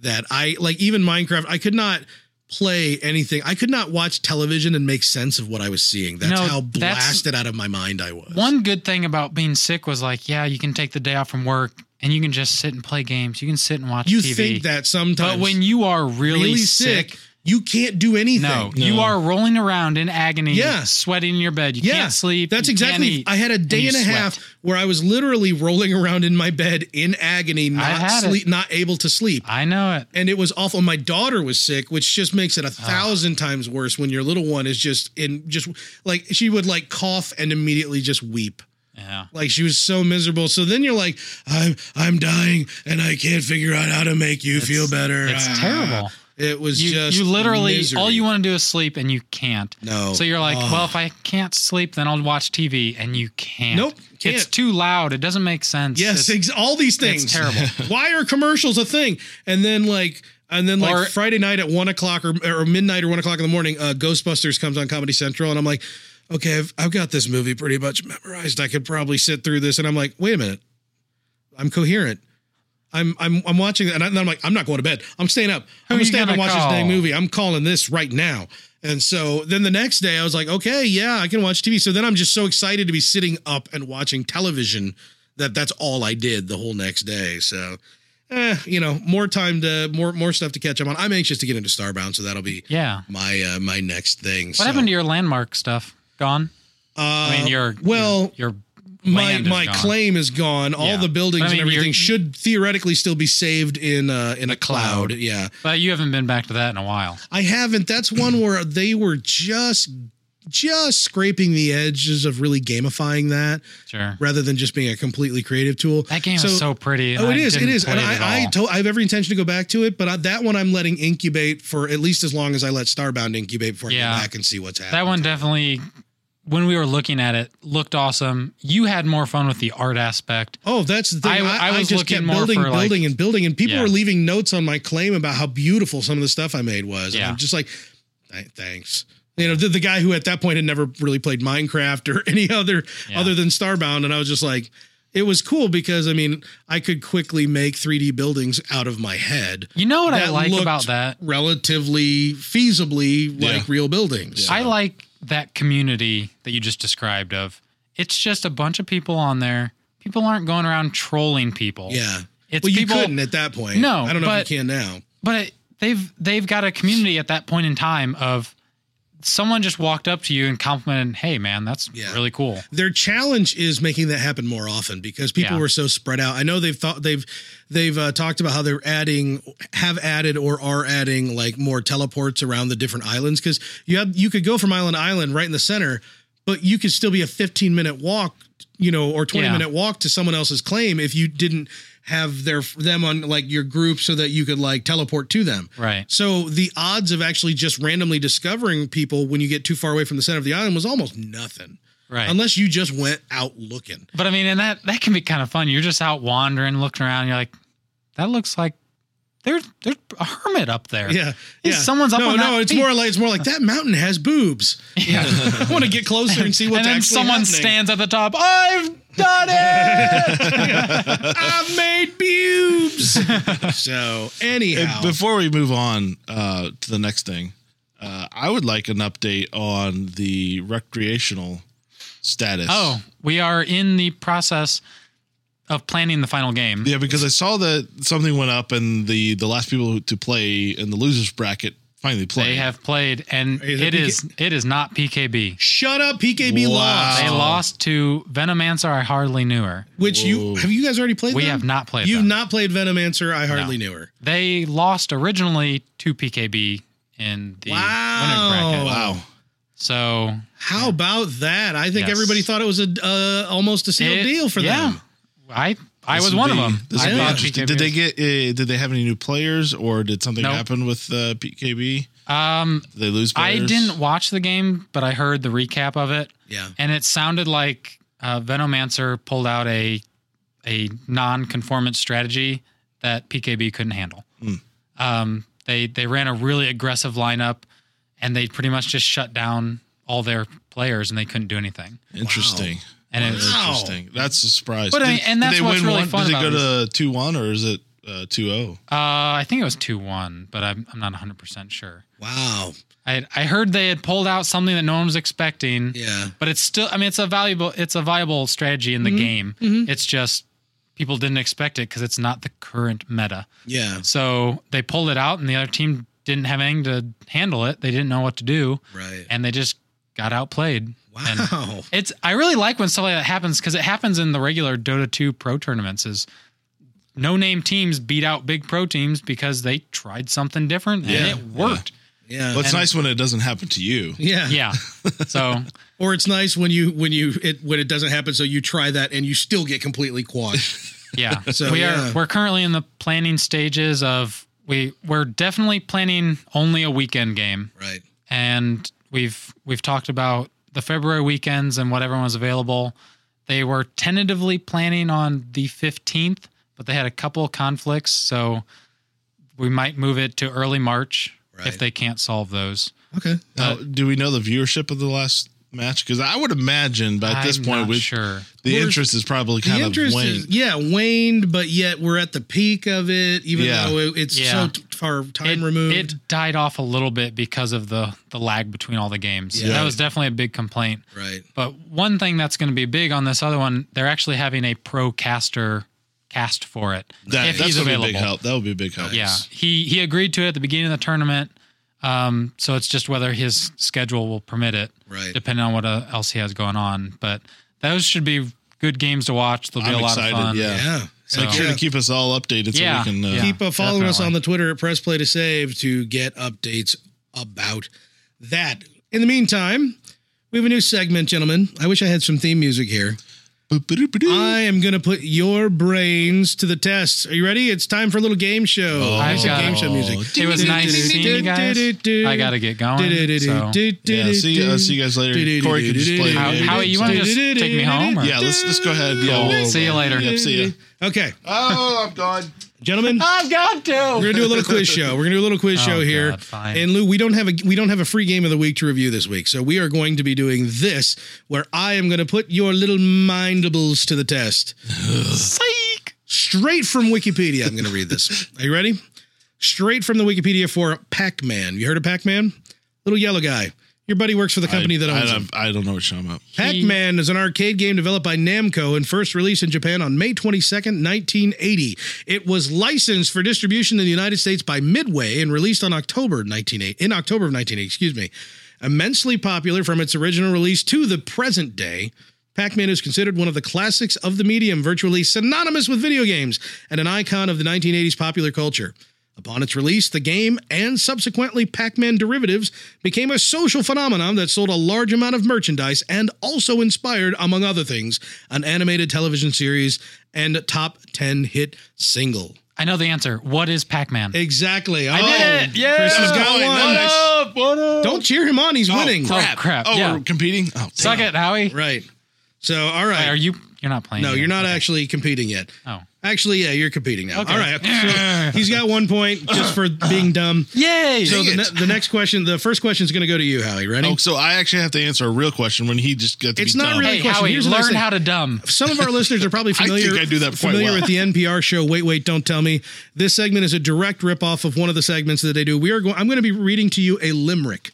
that i like even minecraft i could not play anything i could not watch television and make sense of what i was seeing that's No, how that's- blasted out of my mind i was One good thing about being sick was like, yeah, you can take the day off from work and you can just sit and play games. You can sit and watch you TV. think that sometimes but when you are really, really sick, sick, you can't do anything no, No. you are rolling around in agony, Yeah. sweating in your bed. You yeah can't sleep. that's you can't exactly eat. i had a day you and, a sweat. half where i was literally rolling around in my bed in agony not had it. sleep not able to sleep I know it. and it was awful my daughter was sick which just makes it a thousand times worse when your little one is just in just like she would like cough and immediately just weep Yeah. like she was so miserable so then you're like i'm i'm dying and i can't figure out how to make you feel better It's Ah. terrible. it was You, just you literally misery. all you want to do is sleep and you can't. No. So you're like, Ugh. well, if I can't sleep, then I'll watch TV and you can't. Nope, can't. It's too loud. It doesn't make sense. Yes, It's- ex- all these things. it's terrible. Why are commercials a thing? And then like, and then like Or- Friday night at one o'clock or, or midnight or one o'clock in the morning, uh, Ghostbusters comes on Comedy Central, and I'm like, okay, I've, I've got this movie pretty much memorized. I could probably sit through this, and I'm like, wait a minute, I'm coherent. I'm I'm I'm watching that, and I- and I'm like, I'm not going to bed. I'm staying up. I'm you gonna stay up gonna and watch call? this dang movie. I'm calling this right now. And so then the next day, I was like, okay, yeah, I can watch TV. So then I'm just so excited to be sitting up and watching television that that's all I did the whole next day. So, eh, you know, more time to more more stuff to catch up on. I'm anxious to get into Starbound, so that'll be yeah. my uh, my next thing. What happened to your landmark stuff? Gone? Uh, I mean, your well, your, your my land is my gone. claim is gone. All Yeah. the buildings But I mean, and everything you're- should theoretically still be saved in uh, in a cloud. cloud. Yeah, But you haven't been back to that in a while. I haven't. That's one where they were just just scraping the edges of really gamifying that Sure. rather than just being a completely creative tool. That game is so pretty. and Oh, it I is! It didn't is, play and it at I, I, all. to, I have every intention to go back to it, but I, that one I'm letting incubate for at least as long as I let Starbound incubate before I Yeah. go back and see what's happening. that one definitely, when we were looking at it, looked awesome. You had more fun with the art aspect. Oh, that's the thing. I- I, I I was just looking kept more building, for, like- building, and building, and people Yeah. were leaving notes on my claim about how beautiful some of the stuff I made was. And Yeah. I'm just like, "Th- thanks. You know, the, the guy who at that point had never really played Minecraft or any other Yeah. other than Starbound, and I was just like, it was cool because I mean, I could quickly make 3D buildings out of my head. You know what I That like looked about that? Relatively feasibly Yeah. like real buildings. I like that community that you just described of it's just a bunch of people on there. People aren't going around trolling people. Yeah. It's well, you people couldn't at that point. No, I don't know but- if you can now. but it, they've they've got a community at that point in time of someone just walked up to you and complimented, "Hey man, that's Yeah. really cool." their challenge is making that happen more often because people Yeah. were so spread out. I know they've thought they've they've uh, talked about how they're adding have added or are adding like more teleports around the different islands because you have you could go from island to island right in the center, but you could still be a 15 minute walk, you know, or 20 Yeah. minute walk to someone else's claim if you didn't have their them on like your group so that you could like teleport to them. Right. So the odds of actually just randomly discovering people when you get too far away from the center of the island was almost nothing. Right. Unless you just went out looking. But I mean, and that that can be kind of fun. You're just out wandering, looking around. You're like, that looks like there's there's a hermit up there. Yeah. Hey, Yeah. someone's up no, on no, that it's peak. more like it's more like that mountain has boobs. Yeah. I want to get closer and see and what's then actually someone happening. stands at the top. I've done it. I've made boobs. so And anyhow, before we move on uh, to the next thing, uh, I would like an update on the recreational status. oh, we are in the process of planning the final game. yeah, because I saw that something went up and the the last people to play in the losers bracket finally played. They have played, and Is it it is it is not PKB. shut up, PKB Wow. lost. They Oh. lost to Venomancer. I hardly knew her. Which you Whoa. have you guys already played? We them? have not played. You've them. not played Venomancer. I hardly knew her. They lost originally to PKB in the Wow. winner's bracket. wow. So How about that? I think Yes. everybody thought it was a uh, almost a sealed it- deal for yeah, them. I I This was would one of be- them. This I would be thought interesting. PKB Did they was- get? Uh, did they have any new players, or did something Nope. happen with uh, PKB? Um, Did they lose? I Players? didn't watch the game, but I heard the recap of it, Yeah. and it sounded like uh, Venomancer pulled out a a non-conformance strategy that PKB couldn't handle. Hmm. Um, they they ran a really aggressive lineup, and they pretty much just shut down all their players, and they couldn't do anything. Interesting. And it was, Wow. Interesting. That's a surprise. But I mean, and that's they what's win really one? fun Did about it go to two one or is it two oh? zero? uh, I think it was two one, but I'm I'm not 100 percent sure. Wow. I I heard they had pulled out something that no one was expecting. Yeah. but it's still i mean it's a valuable it's a viable strategy in the Mm-hmm. game it's just people didn't expect it because it's not the current meta Yeah. so they pulled it out and the other team didn't have anything to handle it they didn't know what to do Right. and they just got outplayed and Wow. it's i really like when stuff like that happens because it happens in the regular dota 2 pro tournaments is no name teams beat out big pro teams because they tried something different Yeah. and it worked Yeah. Well, it's And- nice when it doesn't happen to you. yeah. yeah so Or it's nice when you when you it when it doesn't happen, so you try that and you still get completely quashed. Yeah. So, we yeah. are we're currently in the planning stages of we we're definitely planning only a weekend game right. and we've we've talked about the February weekends and what everyone was available. They were tentatively planning on the 15th, but they had a couple of conflicts, so we might move it to early March Right. if they can't solve those. Okay. Now, do we know the viewership of the last match? Because I would imagine by this I'm point, not with sure. the We're- interest is probably kind the of interest waned. is yeah waned, but yet we're at the peak of it, even Yeah. though it- it's Yeah. so t- far time it, removed. it died off a little bit because of the the lag between all the games. Yeah. That was definitely a big complaint. right. But one thing that's going to be big on this other one, they're actually having a pro caster cast for it that, if that's he's gonna available. Be a big help. That would be a big help. Yeah, he he agreed to it at the beginning of the tournament. Um, so it's just whether his schedule will permit it, Right. depending on what uh, else he has going on. But those should be good games to watch. They'll be I'm a lot excited, of fun. yeah. Yeah. So- Make sure Yeah. to keep us all updated so Yeah, we can. Uh, yeah. keep uh, following us definitely. on the Twitter at Press Play to Save to get updates about that. In the meantime, we have a new segment, gentlemen. I wish I had some theme music here. Boop-a-doop-a-doo. I am going to put your brains to the test. Are you ready? It's time for a little game show. I've Oh. It's a got- game show music. It was nice seeing you guys. I gotta get going. So. Yeah, see, uh, see you guys later. Corey can just play. How- the game. how you wanna just take me home, or- Yeah, let's let's go ahead. Yeah, Cool. See you later. Yep, see ya. Okay, Oh, I'm gone. gentlemen. I've got to. We're gonna do a little quiz show. We're gonna do a little Oh, quiz show God, here. fine. And Lou, we don't have a we don't have a free game of the week to review this week, so we are going to be doing this, where I am gonna put your little mindables to the test. Psych. Straight from Wikipedia, I'm gonna read this. Are you ready? Straight from the Wikipedia for Pac-Man. You heard of Pac-Man? Little yellow guy. Your buddy works for the company that I, owns him. don't- I don't know what show I'm up. Pac-Man is an arcade game developed by Namco and first released in Japan on May 22nd, 1980. It was licensed for distribution in the United States by Midway and released on October 1980 in October of 1980, excuse me. Immensely popular from its original release to the present day, Pac-Man is considered one of the classics of the medium, virtually synonymous with video games and an icon of the 1980s popular culture. Upon its release, the game and subsequently Pac Man derivatives became a social phenomenon that sold a large amount of merchandise and also inspired, among other things, an animated television series and a top 10 hit single. I know the answer. What is Pac-Man? Exactly. I did it! Yeah! Chris has got Oh, one. nice. Don't cheer him on. He's winning. crap. Oh, crap, Oh, yeah. we're competing. Oh, Suck it, damn. Howie. Right. So, all right. Are you? You're not playing. no, yet. you're not actually competing yet. Oh. Actually, yeah, you're competing now. All right. So he's got one point just for being dumb. Yay! So the, Dang ne- it. the next question, the first question is going to go to you, Howie. Ready? Oh, so I actually have to answer a real question when he just got to It's be not dumb. really- hey, question. Howie, Here's the next learn thing. how to dumb. some of our listeners are probably familiar. think I do that quite familiar well. with the NPR show. Wait, wait, don't tell me. This segment is a direct ripoff of one of the segments that they do. We are going. I'm going to be reading to you a limerick,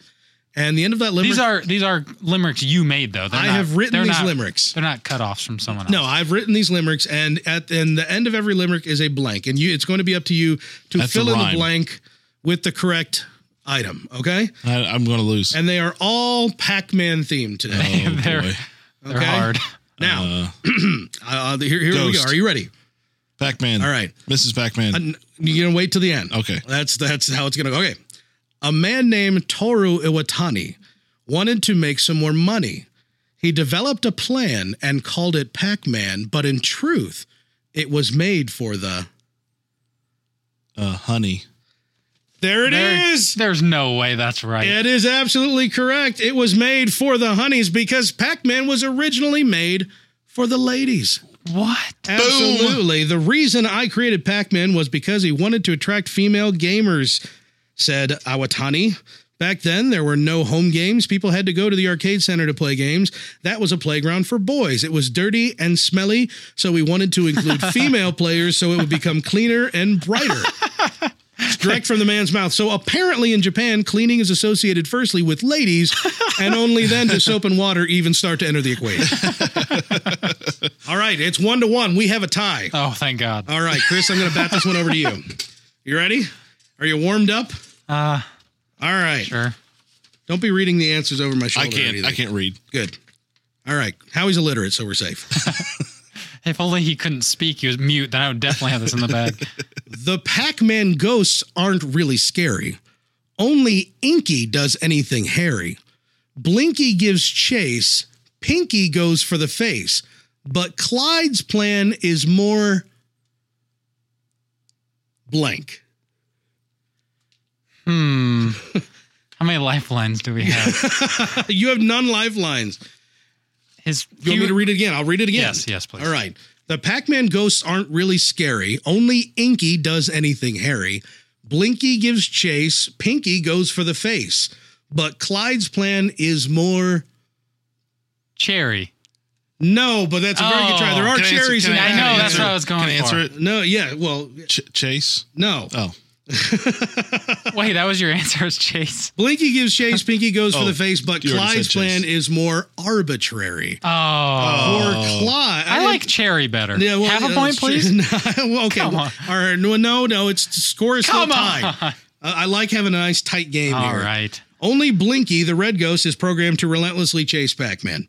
and the end of that limerick. These are these are limericks you made though. They're I not- have written they're these not- limericks. They're not cutoffs from someone else. No, I've written these limericks, and at and the end of every limerick is a blank, and you. It's going to be up to you to That's a fill in the rhyme. blank with the correct item. Okay, I, I'm going to lose. and they are all Pac-Man themed today. oh, they're- boy. they're okay. hard. Now, Uh, uh, here, here we go. Ghost. Are you ready? Pac-Man. All right. Mrs. Pac-Man. N- You're gonna wait till the end. Okay. That's that's how it's gonna go. Okay. A man named Toru Iwatani wanted to make some more money. He developed a plan and called it Pac Man, but in truth, it was made for the. Uh, honey. There it is. There- There's no way that's right. It is absolutely correct. It was made for the honeys because Pac Man was originally made for the ladies. What? Absolutely. The reason I created Pac Man was because he wanted to attract female gamers, said Awatani. Back then, there were no home games. People had to go to the arcade center to play games. That was a playground for boys. It was dirty and smelly, so we wanted to include female players so it would become cleaner and brighter. It's direct from the man's mouth. So apparently, in Japan, cleaning is associated firstly with ladies, and only then do soap and water even start to enter the equation. All right, it's one to one. We have a tie. Oh, thank God. All right, Chris, I'm going to bat this one over to you. You ready? Are you warmed up? Uh, All right. sure. Don't be reading the answers over my shoulder. I or can't. I anything. can't read. Good. All right. Howie's illiterate, so we're safe. If only he couldn't speak, he was mute, then I would definitely have this in the bag. the Pac-Man ghosts aren't really scary. Only Inky does anything hairy. Blinky gives chase. Pinky goes for the face. But Clyde's plan is more blank. Hmm. How many lifelines do we have? You have none lifelines. His You want me to read it again? I'll read it again. Yes, yes, please. All right. The Pac Man ghosts aren't really scary. Only Inky does anything hairy. Blinky gives chase. Pinky goes for the face. But Clyde's plan is more. Cherry. No, but that's a very good try. There are Oh. Can I answer- cherries can in I that. know, can that's answer- what I was going Can I answer it? No, yeah. Well, Ch- Chase. no. Oh, Wait, that was your answer, is Chase. Blinky gives chase. Pinky goes for Oh, the face. But you already said Clyde's chase. plan is more arbitrary. Oh, Or Clyde. I like cherry better. have a uh, point, sh- please. no, well, okay. Come well, on. All right. No, no, no. It's score is still Come tied. on. Uh, I like having a nice tight game All here. right. Only Blinky, the red ghost, is programmed to relentlessly chase Pac-Man.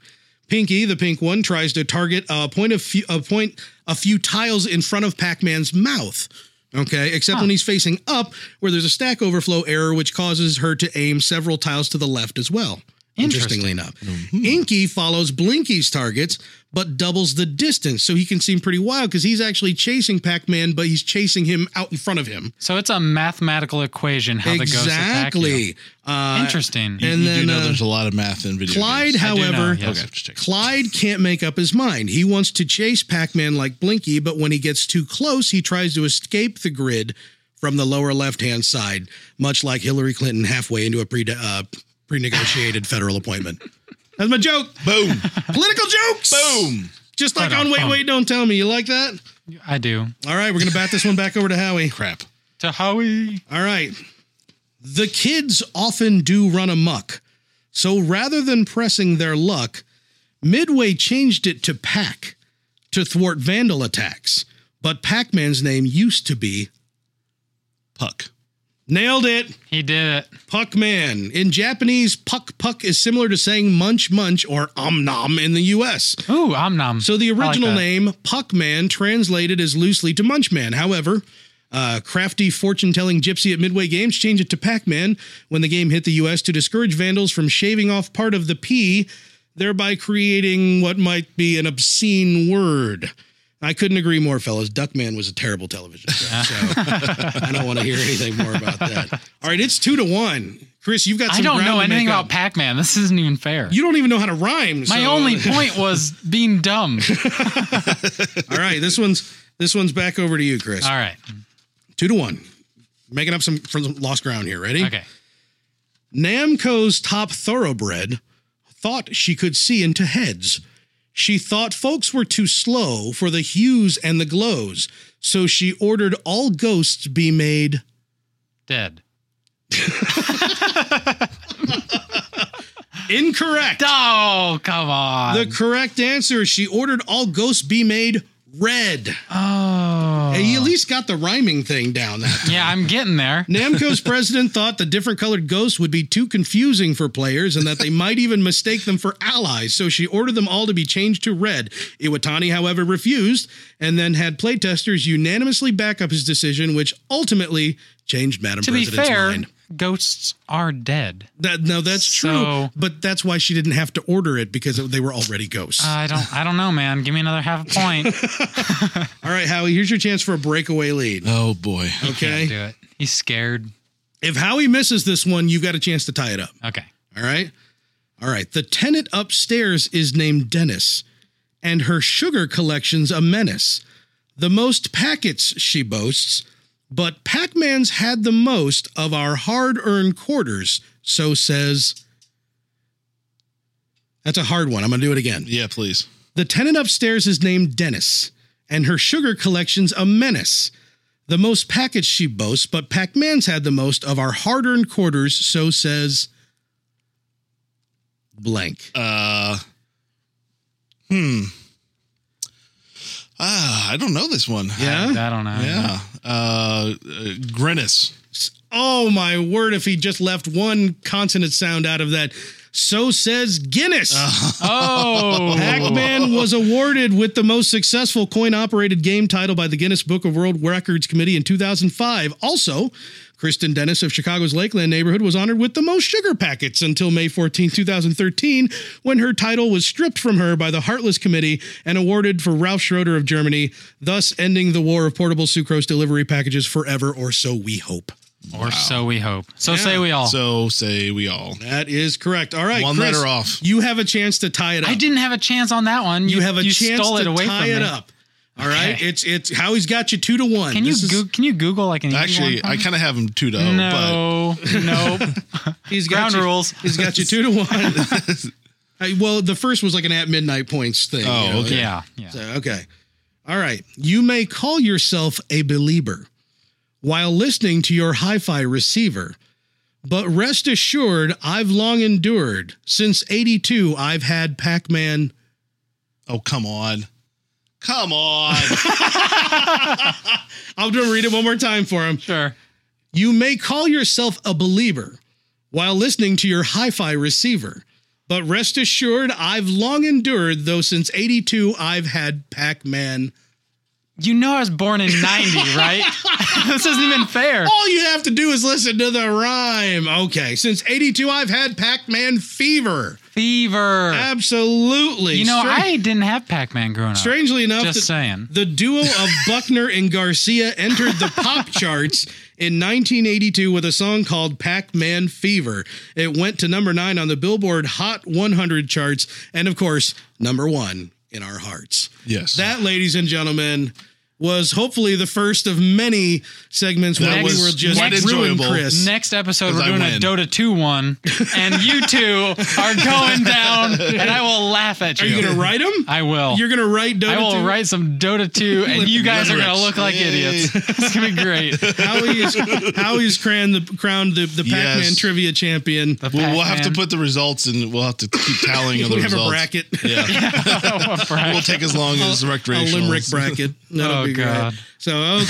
Pinky, the pink one, tries to target a point of fu- a point a few tiles in front of Pac-Man's mouth. Okay, except when he's facing up, where there's a stack overflow error, which causes her to aim several tiles to the left as well. Interestingly enough, Mm-hmm. Inky follows Blinky's targets, but doubles the distance, so he can seem pretty wild because he's actually chasing Pac-Man, but he's chasing him out in front of him. So it's a mathematical equation how the ghosts attack you. Exactly. Uh, Interesting. you, And you then, do know uh, there's a lot of math in video. Clyde, games. I do know, however, yes. Okay, just checking. Clyde can't make up his mind. He wants to chase Pac Man like Blinky, but when he gets too close, he tries to escape the grid from the lower left hand side, much like Hillary Clinton halfway into a pre uh, negotiated federal appointment. That's my joke. Boom. Political jokes. Boom. Just like on Ba-dum, Wait, bum. Wait, Don't Tell Me. You like that? I do. All right, we're going to bat this one back over to Howie. Crap. To Howie. All right. The kids often do run amok. So rather than pressing their luck, Midway changed it to Pac to thwart vandal attacks. But Pac Man's name used to be. Puck. Nailed it! He did it. Puck Man. In Japanese, puck puck is similar to saying munch munch or om nom in the US. Ooh, Om Nom. So the I like original that. name Puckman translated as loosely to Munchman. However, uh, crafty fortune-telling gypsy at Midway Games changed it to Pac-Man when the game hit the U.S. to discourage vandals from shaving off part of the P, thereby creating what might be an obscene word. I couldn't agree more, fellas. Duckman was a terrible television show, so I don't want to hear anything more about that. All right, it's two to one. Chris, you've got. Some I don't ground know to make anything up. about Pac Man. This isn't even fair. You don't even know how to rhyme. My so- only point was being dumb. All right, this one's this one's back over to you, Chris. All right. two to one. Making up some from some lost ground here. Ready? Okay. Namco's top thoroughbred thought she could see into heads. She thought folks were too slow for the hues and the glows, so she ordered all ghosts be made. Dead. Incorrect. Oh, come on. The correct answer is she ordered all ghosts be made red. oh. Hey, you at least got the rhyming thing down. That Yeah, I'm getting there. Namco's president thought the different colored ghosts would be too confusing for players and that they might even mistake them for allies, so she ordered them all to be changed to red. Iwatani, however, refused and then had playtesters unanimously back up his decision, which ultimately changed Madam To be President's fair, mind. ghosts are dead. That no, that's true. So- But that's why she didn't have to order it because they were already ghosts. I don't. I don't know, man. Give me another half a point. All right, Howie, here's your chance for a breakaway lead. Oh boy. Can't Okay. do it. He's scared. If Howie misses this one, you've got a chance to tie it up. Okay. All right. All right. The tenant upstairs is named Dennis, and her sugar collection's a menace. The most packets she boasts, but Pac Man's had the most of our hard earned quarters, so says. That's a hard one. I'm going to do it again. Yeah, please. The tenant upstairs is named Dennis, and her sugar collection's a menace. The most packets she boasts, but Pac Man's had the most of our hard earned quarters, so says blank. Uh, hmm. Ah, I don't know this one. I, Yeah? I don't know. Yeah. Uh, uh Grinnis. Oh my word, if he just left one consonant sound out of that, so says Guinness. Oh, Pac Man was awarded with the most successful coin operated game title by the Guinness Book of World Records Committee in 2005. Also, Kristen Dennis of Chicago's Lakeland neighborhood was honored with the most sugar packets until May 14, 2013, when her title was stripped from her by the Heartless Committee and awarded for Ralph Schroeder of Germany, thus ending the war of portable sucrose delivery packages forever, or so we hope. Or so we hope. So Yeah. say we all. So say we all. That is correct. All right, One Chris, letter off. You have a chance to tie it up. I didn't have a chance on that one. You have a you chance stole to it away tie from it me. up. All right, Okay. it's it's Howie's got you two to one. Can you This is- goo- can you Google like an easy Actually, one? I kind of have him two to oh, no, nope. he's got Ground you, rules. He's got you two to one. I- well, the first was like an at midnight points thing. Oh, okay. Yeah, yeah. So, okay. All right. You may call yourself a believer while listening to your hi fi receiver, but rest assured, I've long endured. Since 82, I've had Pac Man. but oh come on, come on. I'll just read it one more time for him. Sure. You may call yourself a believer while listening to your hi fi receiver, but rest assured, I've long endured, though since 82, I've had Pac Man. You know I was born in '90, right? this isn't even fair. All you have to do is listen to the rhyme. Okay, since 82, I've had Pac Man fever. Fever. Absolutely. you know Stra- I didn't have Pac-Man growing up. Strangely enough, Just the, saying. the duo of Buckner and Garcia entered the pop charts in 1982 with a song called Pac Man Fever. It went to number nine on the Billboard Hot 100 charts, and of course, number one in our hearts. yes. That, ladies and gentlemen, was hopefully the first of many segments where That we was were just quite ruined, enjoyable. Chris. Next episode, 'Cause we're I doing a win. Dota 2 one, and you two are going down, and I will laugh at Are you. you going to write them? I will. You're going to write I Dota will 2? write some Dota 2, and you guys are going to look like Yay. idiots. It's going to be great. The Howie is, Howie's crowned the, crowned the, the Pac Man Yes. trivia champion. We'll, we'll have to Pac-Man. put the results and we'll have to keep tallying of the we have results. a bracket. Yeah. Oh, Brian. we'll take as long as the a recreational. limerick bracket. That'll Oh, be great. God. So okay,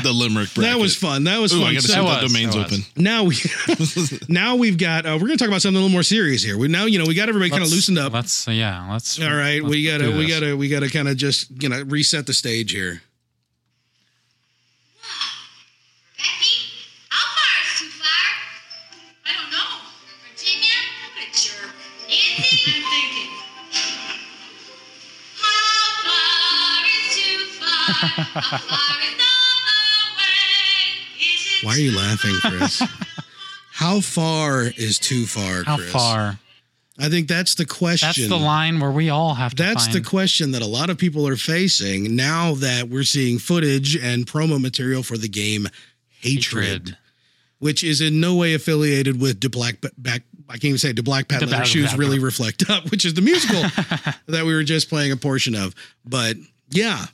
the limerick bracket. that was fun. That was Ooh, fun. I got to So see was, that domain's that was. open. now we now we've got uh, we're gonna talk about something a little more serious here. We now you know we got everybody kind of Let's- loosened up. Let's, yeah, let's. All right, we let's gotta do we this. gotta we gotta kind of just you know reset the stage here. Becky? How far is too far? I don't know. Virginia? What a jerk. Andy? I'm thinking. How far is too far? How far is the way? Is it Why are you laughing, Chris? How far is too far, How Chris? far? I think that's the question. That's the line where we all have to That's the find- question that a lot of people are facing now that we're seeing footage and promo material for the game Hatred. Hatred. which is in no way affiliated with De Black Back. I can't even say De Black Pat De Leather Black- Shoes Black- really reflect up, which is the musical that we were just playing a portion of. But yeah,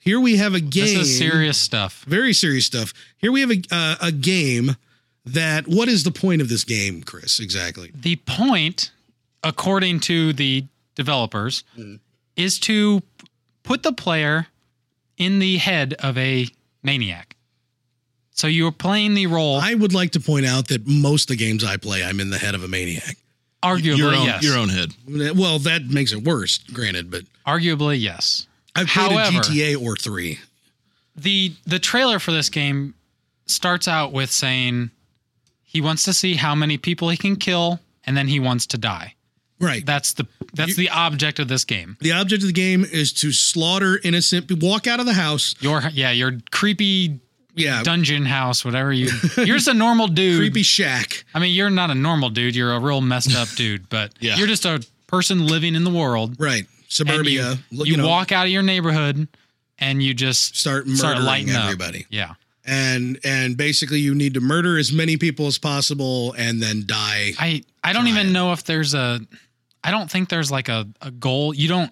here we have a This game. is serious stuff. very serious stuff. Here we have a uh, a game that. What is the point of this game, Chris? Exactly. The point, according to the developers, Hmm. is to put the player in the head of a maniac. So you are playing the role, I would like to point out that most of the games I play, I'm in the head of a maniac. arguably Your own, yes. your own head. Well, that makes it worse, granted, but Arguably yes. I've played However- a GTA or three. the the trailer for this game starts out with saying He wants to see how many people he can kill, and then he wants to die. Right. That's the that's the object of this game. the object of the game is to slaughter innocent people, walk out of the house. Your yeah, your creepy Yeah. dungeon house, whatever you. You're just a normal dude. Creepy shack. I mean, you're not a normal dude. You're a real messed up dude, but Yeah. you're just a person living in the world. Right. And you, Suburbia. you, uh, look- know, walk out of your neighborhood and you just start start murdering lighting up. everybody. Yeah. And and basically you need to murder as many people as possible and then die. I I don't even know if there's a I don't think there's like a, a goal. You don't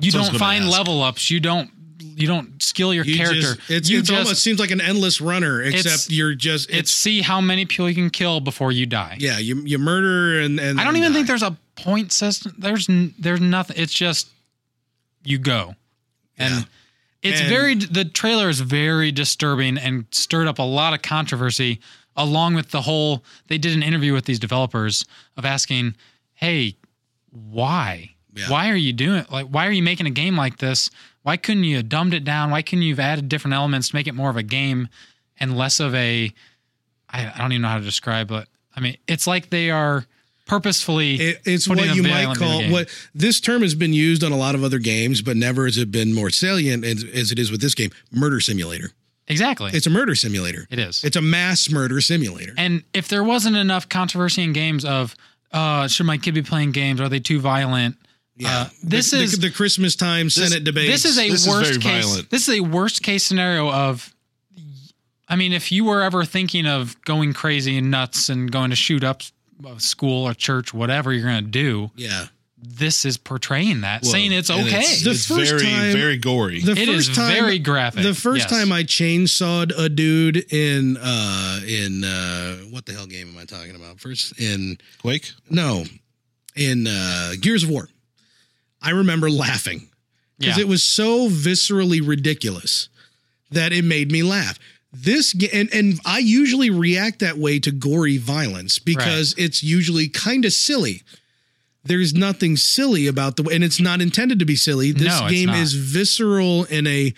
you So I was don't gonna find ask. level ups. You don't you don't skill your You character. just- it's you it's almost seems like an endless runner, It's- except you're just it's, it's, see how many people you can kill before you die. yeah, you you murder and, and I don't then even think die. there's a point system. There's n- there's nothing. It's just you go, and it's And- very. The trailer is very disturbing and stirred up a lot of controversy. Along with the whole, they did an interview with these developers of asking, "Hey, why? Yeah. Why are you doing like? Why are you making a game like this? Why couldn't you have dumbed it down? Why couldn't you have added different elements to make it more of a game and less of a? I, I don't even know how to describe it. I mean, it's like they are purposefully. It, it's putting what a you veil might under the call game. what this term has been used on a lot of other games, but never has it been more salient as, as it is with this game. Murder simulator. exactly. It's a murder simulator. it is. It's a mass murder simulator. and if there wasn't enough controversy in games of, uh, should my kid be playing games? Are they too violent? Uh, this the, the- is the, Christmas time Senate debate. this is a This is worst very case. violent. This is a worst case scenario of. I mean, if you were ever thinking of going crazy and nuts and going to shoot up a school or church, whatever you're going to do, yeah. this is portraying that, Well, saying it's and okay. It's, The it's first very, time- very gory. The It is very graphic, The yes. first time I chainsawed a dude in uh in uh what the hell game am I talking about? First in Quake. no in uh Gears of War. I remember laughing because yeah. it was so viscerally ridiculous that it made me laugh. This ga- and and I usually react that way to gory violence because it's usually kind of silly. There's nothing silly about the way, and it's not intended to be silly. This No, it's game not. is visceral in a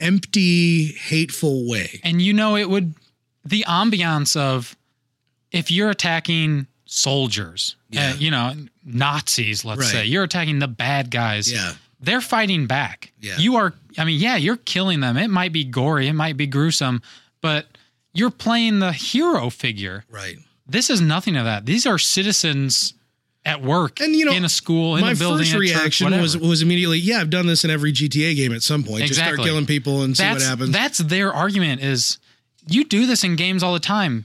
empty, hateful way. and you know it would the ambiance of if you're attacking soldiers Yeah. uh, you know nazis let's Right. say you're attacking the bad guys Yeah, they're fighting back Yeah. you are i mean yeah you're killing them it might be gory it might be gruesome but you're playing the hero figure right. this is nothing of that these are citizens at work And, you know, in a school in My a building first in a church, reaction whatever. was was immediately, yeah, I've done this in every GTA game at some point. Just Exactly. start killing people and see that's what happens. that's their argument is you do this in games all the time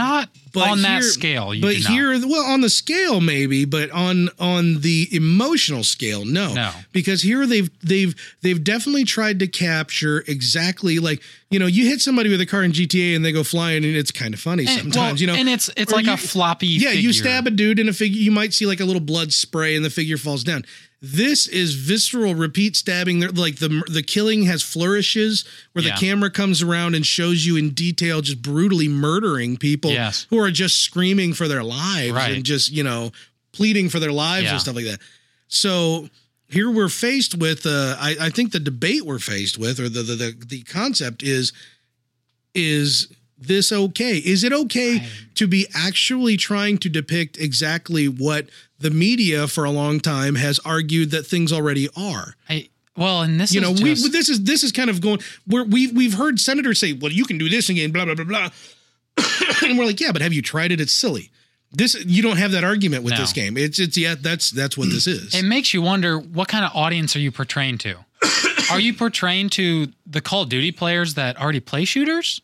not on that here- scale you but do not. here, well, on the scale maybe, but on on the emotional scale, no, No. because here they've they've they've definitely tried to capture exactly like you know you hit somebody with a car in GTA and they go flying and it's kind of funny And- sometimes Eh, well, you know and it's it's or like you- a floppy yeah you figure. stab a dude in a figure you might see like a little blood spray and the figure falls down. This is visceral repeat stabbing. They're- Like the the killing has flourishes where Yeah. the camera comes around and shows you in detail just brutally murdering people Yes. who are just screaming for their lives Right. and just you know pleading for their lives Yeah. and stuff like that. So here we're faced with uh, I, I think the debate we're faced with or the the the, the concept is is this okay? Is it okay I- to be actually trying to depict exactly what the media for a long time has argued that things already are? I, well and this you is know, just, we this is this is kind of going where we we've heard senators say, "Well, you can do this again," blah blah blah blah, and we're like, "Yeah, but have you tried it? It's silly." This you don't have that argument with No. this game. It's it's yeah, that's that's what this is. it makes you wonder what kind of audience are you portraying to are you portraying to the call of duty players that already play shooters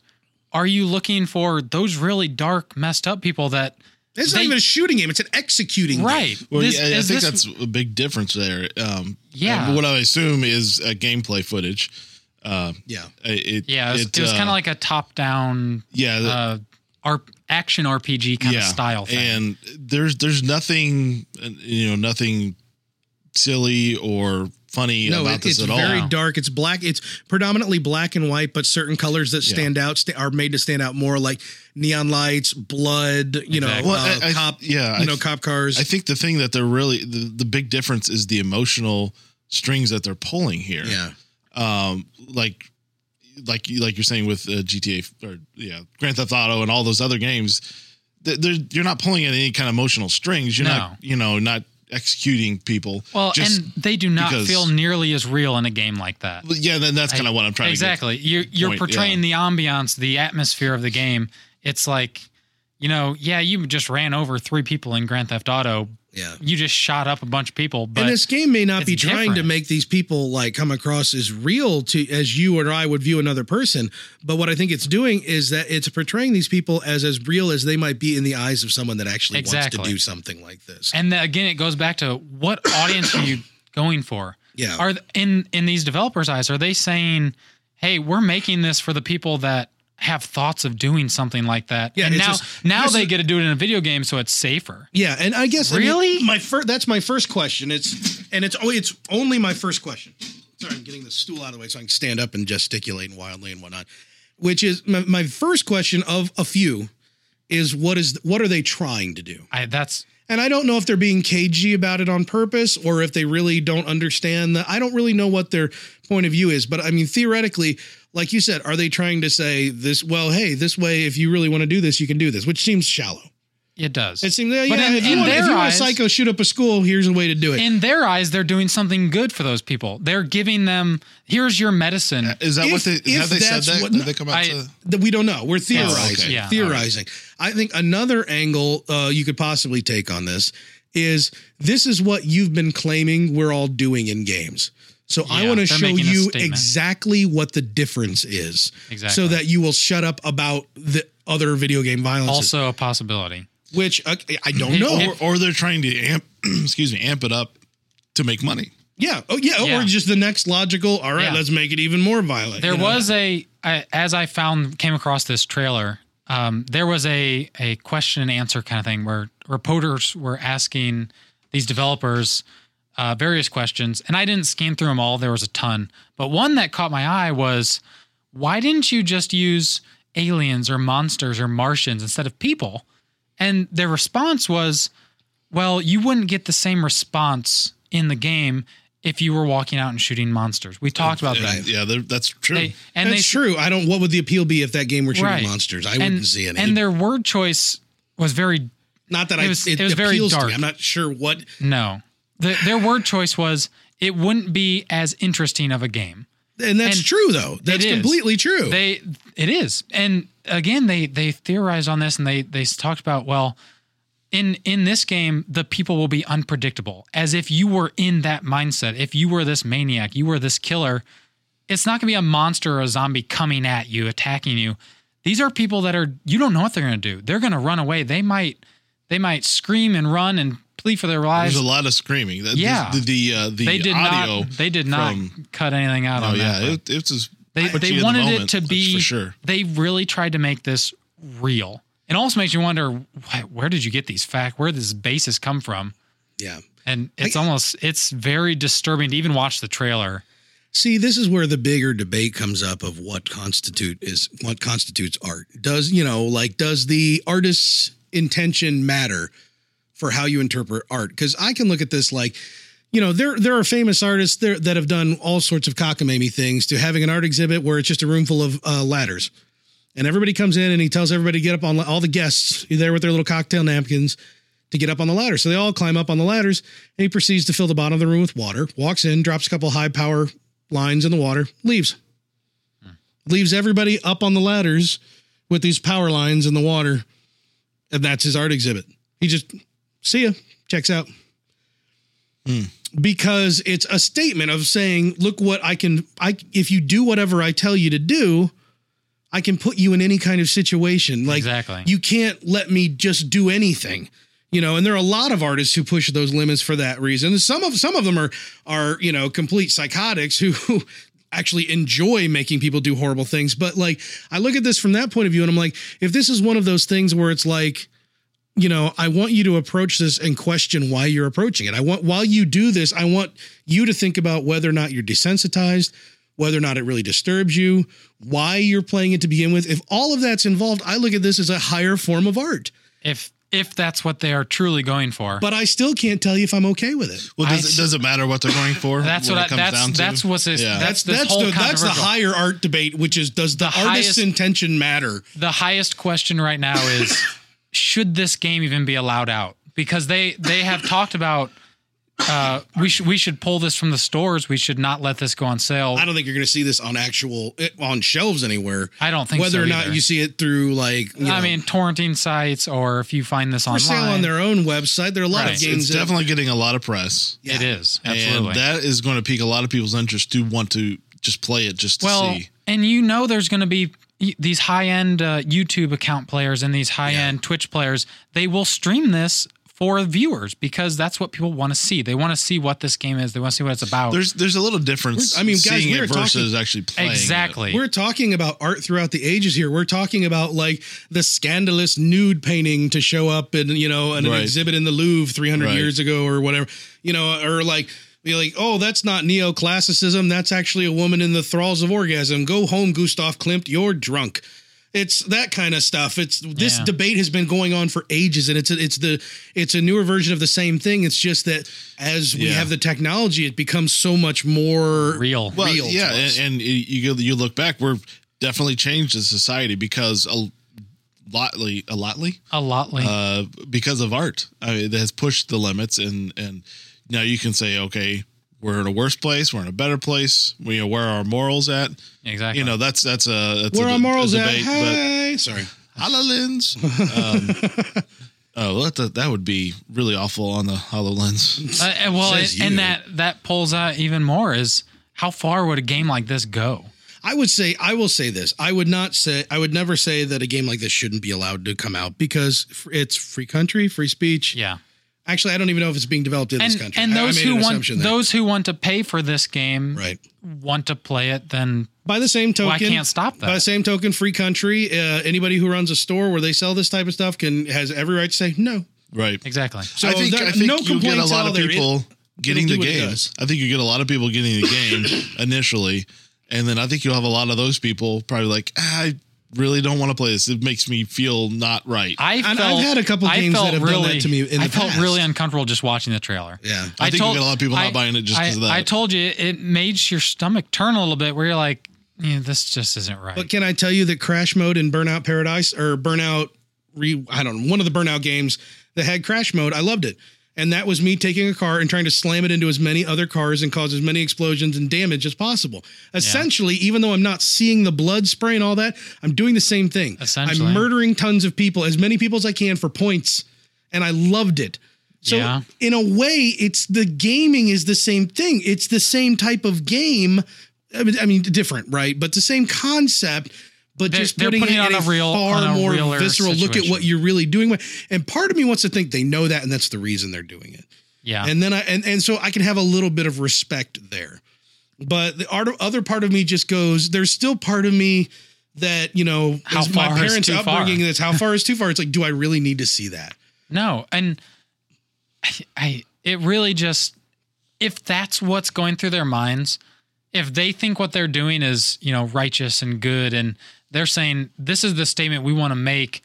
are you looking for those really dark messed up people that it's not they- even a shooting game; it's an executing. game. right Well, this- yeah, I is think this- that's a big difference there. Um, Yeah. and What I assume is uh, gameplay footage. Uh, Yeah. it, yeah it was, it was uh, kind of like a top down yeah, the- uh, R- action RPG kind of style thing. And there's there's nothing uh, you know nothing silly or funny No, about it- this it's at all. very No. dark. It's black. It's predominantly black and white, but certain colors that Yeah. stand out sta are made to stand out more, like neon lights, blood. You know, Exactly. Well, uh, I- I- cop. yeah, you I know, th- cop cars. I think the thing that they're really the, the big difference is the emotional strings that they're pulling here. yeah, Um, like like like you're saying with uh, GTA or yeah, Grand Theft Auto and all those other games, th- there- you're not pulling at any kind of emotional strings. You're No. not, you know, not executing people. Well, Just- and they do not because- feel nearly as real in a game like that. But yeah, then that's kind of what I'm trying exactly. You're you're point, portraying the ambiance, the atmosphere of the game. It's like, you know, yeah, you just ran over three people in Grand Theft Auto. Yeah. You just shot up a bunch of people, but and this game may not it's be trying to different. make these people like come across as real to as you or I would view another person. But what I think it's doing is that it's portraying these people as as real as they might be in the eyes of someone that actually wants Exactly. to do something like this. and the, again, it goes back to what audience are you going for? Yeah. Are th- in in these developers' eyes, are they saying, "Hey, we're making this for the people that have thoughts of doing something like that"? Yeah, and it's now just- now this they is- get to do it in a video game, so it's safer. Yeah, and I guess I mean, Really? my first that's my first question. It's and it's oh, it's only my first question. Sorry, I'm getting the stool out of the way so I can stand up and gesticulate wildly and whatnot. Which is my, my first question of a few is what is what are they trying to do? I, that's And I don't know if they're being cagey about it on purpose or if they really don't understand the I don't really know what their point of view is, but I mean theoretically, like you said, are they trying to say this well, hey, this way if you really want to do this, you can do this, which seems shallow. it does. It seems, yeah, But yeah, in- if you, in want, if their you want eyes- to psycho shoot up a school, here's a way to do it. in their eyes, they're doing something good for those people. They're giving them here's your medicine. to get. Is that what If- they if have they said that's that? what- Did they come out I- to? That we don't know. We're theorizing. okay. Yeah, theorizing. I think another angle uh, you could possibly take on this is this is what you've been claiming we're all doing in games. So I Yeah, want to they're show making a you statement. exactly what the difference is, Exactly. so that you will shut up about the other video game violence. Also a possibility. which uh, I don't It- know. it- Or, or they're trying to amp, excuse me, amp it up to make money. yeah. Oh yeah. Yeah. Or just the next logical. All right, Yeah. let's make it even more violent. There you know? was a I, as I found came across this trailer. Um, there was a a question and answer kind of thing where reporters were asking these developers uh, various questions, and I didn't scan through them all. There was a ton, but one that caught my eye was why didn't you just use aliens or monsters or Martians instead of people? And their response was, well, you wouldn't get the same response in the game if you were walking out and shooting monsters. We talked about that. Yeah, they're- that's true. They- and they That's true. I don't. What would the appeal be if that game were shooting Right. monsters? I and, wouldn't see any. And their word choice was very not that it I. was- it, it was very appeals to dark. me. I'm not sure what. no. The, their word choice was it wouldn't be as interesting of a game. And that's And true, though. That's is. completely true. They it is. And again, they they theorized on this and they they talked about well, in in this game, the people will be unpredictable. As if you were in that mindset. If you were this maniac, you were this killer, it's not going to be a monster or a zombie coming at you, attacking you. These are people that are you don't know what they're going to do. They're going to run away. They might they might scream and run and plead for their lives. There's a lot of screaming. That- Yeah. the the, uh, the they did audio. not they did not from- cut anything out Oh on that. yeah, but- it, it was. they, puts you in they the wanted moment, it to that's be for sure. They really tried to make this real. It almost makes you wonder wh- where did you get these fact? Where did this basis come from? yeah. And it's almost it's very disturbing to even watch the trailer. See, this is where the bigger debate comes up of what constitute is what constitutes art. Does you know like does the artist's intention matter for how you interpret art? Because I can look at this like. You know there there are famous artists there that have done all sorts of cockamamie things to having an art exhibit where it's just a room full of uh, ladders, and everybody comes in and he tells everybody to get up on all the guests there with their little cocktail napkins to get up on the ladder. So they all climb up on the ladders and he proceeds to fill the bottom of the room with water, walks in, drops a couple high power lines in the water, leaves. Leaves everybody up on the ladders with these power lines in the water. And that's his art exhibit. He just, see ya, checks out. Because it's a statement of saying, look what I can, I if you do whatever I tell you to do, I can put you in any kind of situation. Like Exactly. you can't let me just do anything you know and there are a lot of artists who push those limits for that reason some of some of them are are you know complete psychotics who actually enjoy making people do horrible things but like i look at this from that point of view and i'm like if this is one of those things where it's like you know i want you to approach this and question why you're approaching it i want while you do this i want you to think about whether or not you're desensitized whether or not it really disturbs you why you're playing it to begin with if all of that's involved i look at this as a higher form of art If if that's what they are truly going for, but I still can't tell you if I'm okay with it. Well, I does s- it, does it matter what they're going for? that's when what it I, that's that's what's this, Yeah. that's this that's whole the that's the controversial. higher art debate, which is does the, artist's highest- intention matter? the highest question right now is should this game even be allowed out? Because they they have talked about uh, we should we should pull this from the stores. We should not let this go on sale. I don't think you're going to see this on actual it- on shelves anywhere. I don't think whether so or not either. you see it through like you I know, mean, torrenting sites, or if you find this for online, sale on their own website. There are a lot Right. of It's games. that- definitely getting a lot of press. it is Absolutely. absolutely And that is going to pique a lot of people's interest to want to just play it just to well, see. and you know, there's going to be y- these high-end uh, YouTube account players and these high-end Twitch players. They will stream this for viewers because that's what people want to see. They want to see what this game is. They want to see what it's about. There's there's a little difference. We're- I mean, guys, seeing we are it versus actually playing. it. exactly. We're talking about art throughout the ages here. We're talking about like the scandalous nude painting to show up in, you know, in an Right. exhibit in the Louvre 300 Right. years ago or whatever, you know, or like, you're like, oh, that's not neoclassicism. That's actually a woman in the thralls of orgasm. Go home, Gustav Klimt. You're drunk. It's that kind of stuff. It's this Yeah. debate has been going on for ages, and it's a, it's the it's a newer version of the same thing. It's just that as we Yeah. have the technology, it becomes so much more Real. Well, real to yeah, us. and, and you go, you look back, we're definitely changed as society because a lotly, a lotly, a lotly. uh, because of art I mean, that has pushed the limits, and and now you can say, okay, we're in a worse place, we're in a better place. We, you know, where are our morals at? exactly. You know, that's that's a that's where a, our morals a at? debate, Hey, sorry. but Hololens. Um, oh, well, that that would be really awful on the Hololens. Uh, and well, Says and, and you. that that pulls out even more is how far would a game like this go? I would say I will say this. I would not say I would never say that a game like this shouldn't be allowed to come out because f- it's free country, free speech. Yeah. Actually, I don't even know if it's being developed in And this country. and I- I those made who an want assumption there. those who want to pay for this game right. want to play it, then By the same token, I can't stop that. By the same token, free country. Uh, anybody who runs a store where they sell this type of stuff can has every right to say no. right. exactly. So I think, there- I think no you get a complaints at lot of all there. It- people getting do the what it game. does. I think you get a lot of people getting the game initially, and then I think you'll have a lot of those people probably like, ah, I really don't want to play this. It makes me feel not right. I And I've felt, had a couple I games that felt have done that really, to me in I the felt past. really uncomfortable just watching the trailer. Yeah. I think you get a lot of people not buying it just I- 'cause of that. I told you it made your stomach turn a little bit, where you're like, yeah, this just isn't right. But can I tell you that Crash Mode in Burnout Paradise or Burnout re I don't know, one of the Burnout games that had Crash Mode, I loved it. And that was me taking a car and trying to slam it into as many other cars and cause as many explosions and damage as possible. Essentially, even though I'm not seeing the blood spray and all that, I'm doing the same thing. Essentially. I'm murdering tons of people, as many people as I can for points. And I loved it. So Yeah. in a way, it's the gaming is the same thing. It's the same type of game. I mean, I mean different, right? But the same concept. But They're- just they're putting, putting it on it in a real- far on a more realer visceral look at what situation. you're really doing. And part of me wants to think they know that, and that's the reason they're doing it. yeah, And then I and, and so I can have a little bit of respect there. But the art, other part of me just goes. There's still part of me that you know How is far my is parents' too far? upbringing. That's how far is too far. It's like, do I really need to see that? no, and I, I it really just if that's what's going through their minds, if they think what they're doing is you know righteous and good, and they're saying this is the statement we want to make.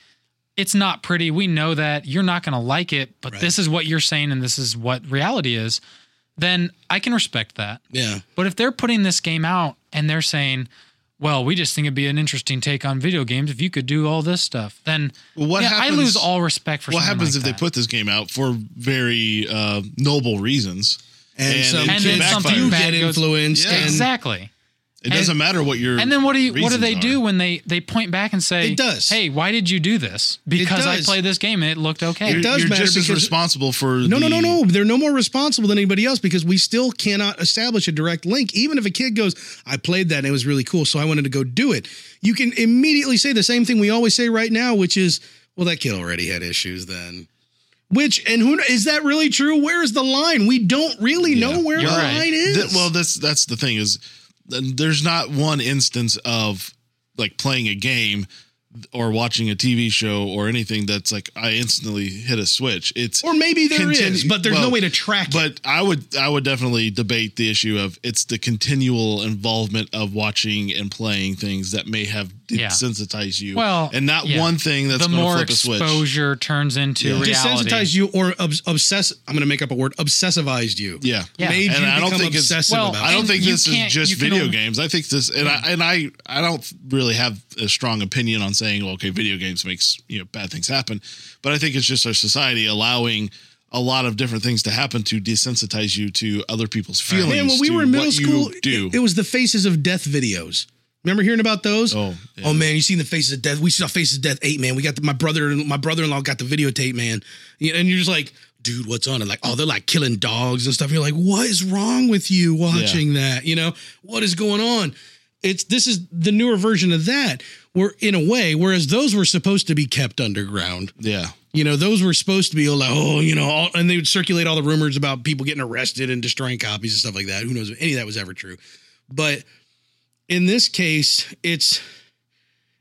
It's not pretty. We know that you're not going to like it, but Right. this is what you're saying, and this is what reality is. Then I can respect that. Yeah. But if they're putting this game out and they're saying, well, we just think it'd be an interesting take on video games if you could do all this stuff, then Well, what yeah, I happens- lose all respect for what something happens like if they that. put this game out for very uh, noble reasons? and, And some it And kids then something do bad get goes- influenced. Yeah. and exactly. It doesn't matter what your And then what do you what do reasons they are. do when they they point back and say, It does. "Hey, why did you do this? Because I does. played this game and it looked okay." You're, does you're matter just as because- responsible for No, no, no, the- no. They're no more responsible than anybody else because we still cannot establish a direct link. Even if a kid goes, I played that and it was really cool, so I wanted to go do it. You can immediately say the same thing we always say right now, which is, well, that kid already had issues then. Which and who is that really true? Where is the line? We don't really Yeah. know where the You're right. line is. Th- well, that's that's the thing is, th- there's not one instance of like playing a game or watching a TV show or anything that's like I instantly hit a switch. It's or maybe there is, continu- but there's no well, way to track it. But I would I would definitely debate the issue of it's the continual involvement of watching and playing things that may have Yeah. desensitized you. Well, and not yeah. one thing that's the going to more flip a switch. exposure turns into reality. desensitized you or obs- obsess. I'm going to make up a word. Obsessivized you. Yeah. Yeah. Made And you I don't become think it's- obsessive Well, about. I it. don't And think you this is can't- just you can video only- games. I think this, and I and I I don't really have a strong opinion on saying, well, okay, video games makes you know bad things happen, but I think it's just our society allowing a lot of different things to happen to desensitize you to other people's feelings. Man, when we to were in middle what you school, do It, it was the faces of death videos. Remember hearing about those? Oh, yeah. oh man, you seen the faces of death? We saw faces of death eight, man. We got the, my brother and my brother in law got the videotape, man. You- And you're just like, dude, what's on it? Like, oh, they're like killing dogs and stuff. You're like, what is wrong with you watching that? You know, what is going on? It's this is the newer version of that. Where in a way, whereas those were supposed to be kept underground. yeah, You know, those were supposed to be like, oh, you know, all, and they would circulate all the rumors about people getting arrested and destroying copies and stuff like that. Who knows if any of that was ever true? But in this case, it's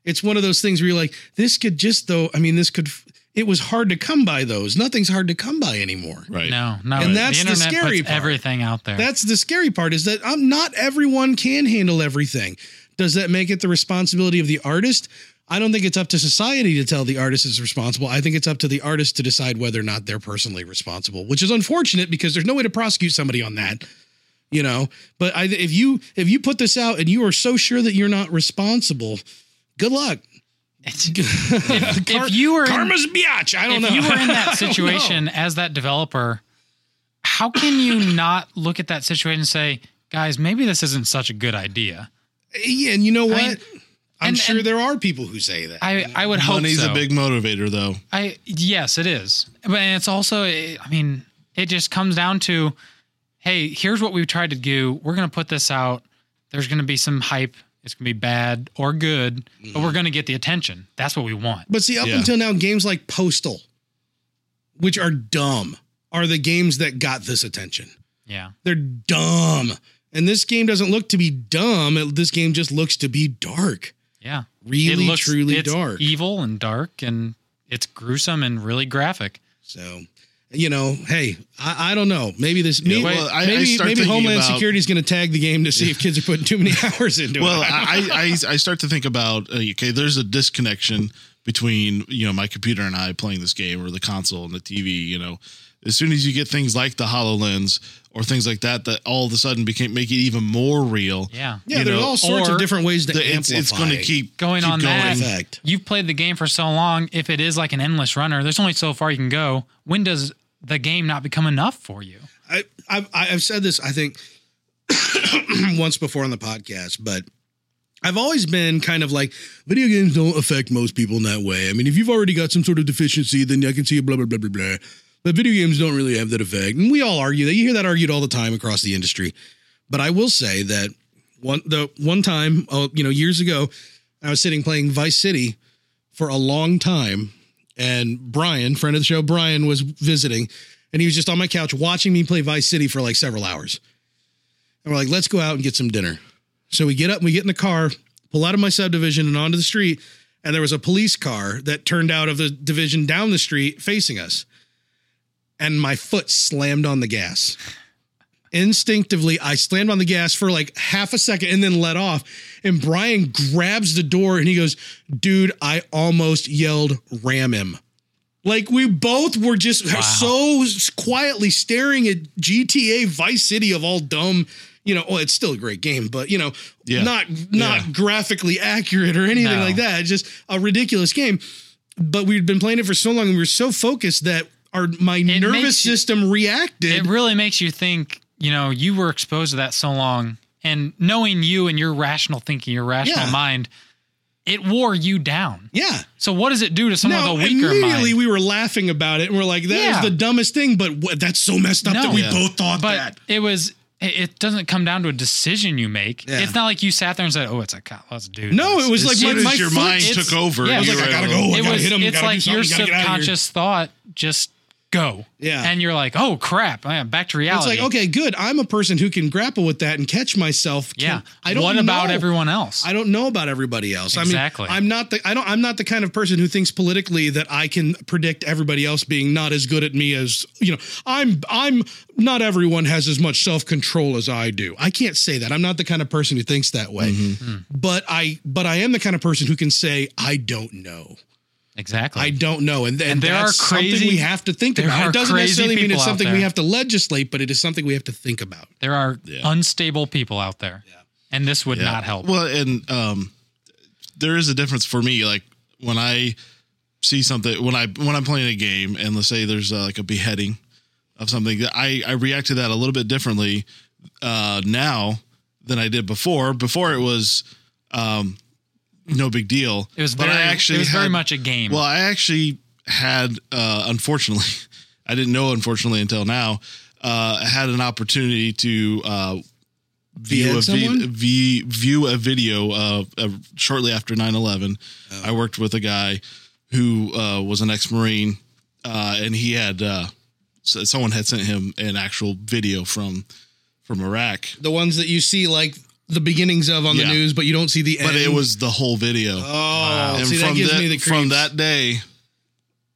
it's one of those things where you're like, this could just though. I mean, this could. It was hard to come by those. Nothing's hard to come by anymore. right. No, no. And that's the internet scary puts part. everything out there. That's the scary part is that um, not everyone can handle everything. Does that make it the responsibility of the artist? I don't think it's up to society to tell the artist is responsible. I think it's up to the artist to decide whether or not they're personally responsible, which is unfortunate because there's no way to prosecute somebody on that. You know, but I, if you if you put this out and you are so sure that you're not responsible, good luck. if, if you were in, Karma's biatch. I don't if Oh, know. you were in I that don't know. situation as that developer, how can you not look at that situation and say, guys, maybe this isn't such a good idea? yeah, and you know what? I mean, am and- sure and- there are people who say that. I, I would hope Money's so. a big motivator, though. I yes, it is, but it's also I mean, it just comes down to, hey, here's what we tried to do. We're gonna put this out. There's gonna be some hype. It's gonna be bad or good, but Mm-hmm. we're gonna get the attention. That's what we want. But see, up Yeah. until now, games like Postal, which are dumb, are the games that got this attention. Yeah, They're dumb. And this game doesn't look to be dumb. It- this game just looks to be dark. yeah. Really, it looks truly it's dark. e- evil and dark, and it's gruesome and really graphic. so, you know, hey, I, I don't know. Maybe this, maybe, well, I- I maybe, start maybe thinking Homeland about- Security is going to tag the game to see if kids are putting too many hours into Well, it. I, I, I I start to think about uh, okay, there's a disconnection between you know my computer and I playing this game or the console and the TV. You know, as soon as you get things like the Hololens or things like that, that all of a sudden became make it even more real. Yeah. yeah, you there's know, all sorts of or different ways to The- it's amplify. it's going to keep Going keep on that, Effect. you've played the game for so long. If it is like an endless runner, there's only so far you can go. When does the game not become enough for you? I, I've, I've said this, I think, once before on the podcast, but I've always been kind of like video games don't affect most people in that way. I mean, if you've already got some sort of deficiency, then I can see a blah, blah, blah, blah, blah. But video games don't really have that effect. And we all argue that. You hear that argued all the time across the industry. But I will say that one the one time, oh, you know, years ago, I was sitting playing Vice City for a long time, and Brian, friend of the show, Brian was visiting, and he was just on my couch watching me play Vice City for like several hours. And we're like, let's go out and get some dinner. So we get up, and we get in the car, pull out of my subdivision and onto the street, and there was a police car that turned out of the division down the street facing us. And my foot slammed on the gas instinctively i slammed on the gas for like half a second and then let off and brian grabs the door and he goes dude i almost yelled ram him like we both were just so quietly staring at gta vice city of all dumb you know well it's still a great game but you know Yeah. not not Yeah. graphically accurate or anything No. like that it's just a ridiculous game but we'd been playing it for so long and we were so focused that our my nervous makes you- system reacted it really makes you think you know you were exposed to that so long and knowing you and your rational thinking your rational Yeah. mind it wore you down yeah so what does it do to someone No, with a weaker immediately mind we were laughing about it and we're like, "That is Yeah. the dumbest thing, but wha- that's so messed up that No. we Yeah. both thought but that. it was it- it doesn't come down to a decision you make Yeah. it's not like you sat there and said oh it's a cop let's do No, this." it was As like soon my, as my your foot- mind it's- took over, yeah, I was you like, I were gotta able to- go. Oh, I it gotta was hit him, it's gotta do like something, your gotta get out of here. subconscious thought just go Yeah. and you're like oh crap I am back to It's reality like, okay, good. I'm a person who can grapple with that and catch myself. Can- yeah I don't what about know. everyone else I don't know about everybody else. Exactly. I mean, I'm not the I don't I'm not the kind of person who thinks politically that I can predict everybody else being not as good at me as you know. I'm I'm not everyone has as much self control as I do. I can't say that. I'm not the kind of person who thinks that way. Hmm. But I but I am the kind of person who can say I don't know. exactly I don't know, and, and, And there that's are crazy- something we have to think there about. are It doesn't crazy necessarily mean people it's out something we there. have to legislate, but it is something we have to think about. There are Yeah. unstable people out there, and this would Yeah. not help. Well, and um, there is a difference for me. Like when I see something when I when I'm playing a game and let's say there's uh, like a beheading of something that I I react to that a little bit differently uh, now than I did before. Before it was um, no big deal. It was But very, I it was very had- much a game. well, I actually had, uh, unfortunately, I didn't know, unfortunately, until now, uh, I had an opportunity to uh, view, a Behead vi- someone? vi- view a video uh, of shortly after 9 11. Oh. I worked with a guy who uh, was an ex Marine, uh, and he had, uh, so someone had sent him an actual video from from Iraq. The ones that you see like the beginnings of on Yeah. the news, but you don't see the end. But it was the whole video. oh, see that gives me the creeps. from that day,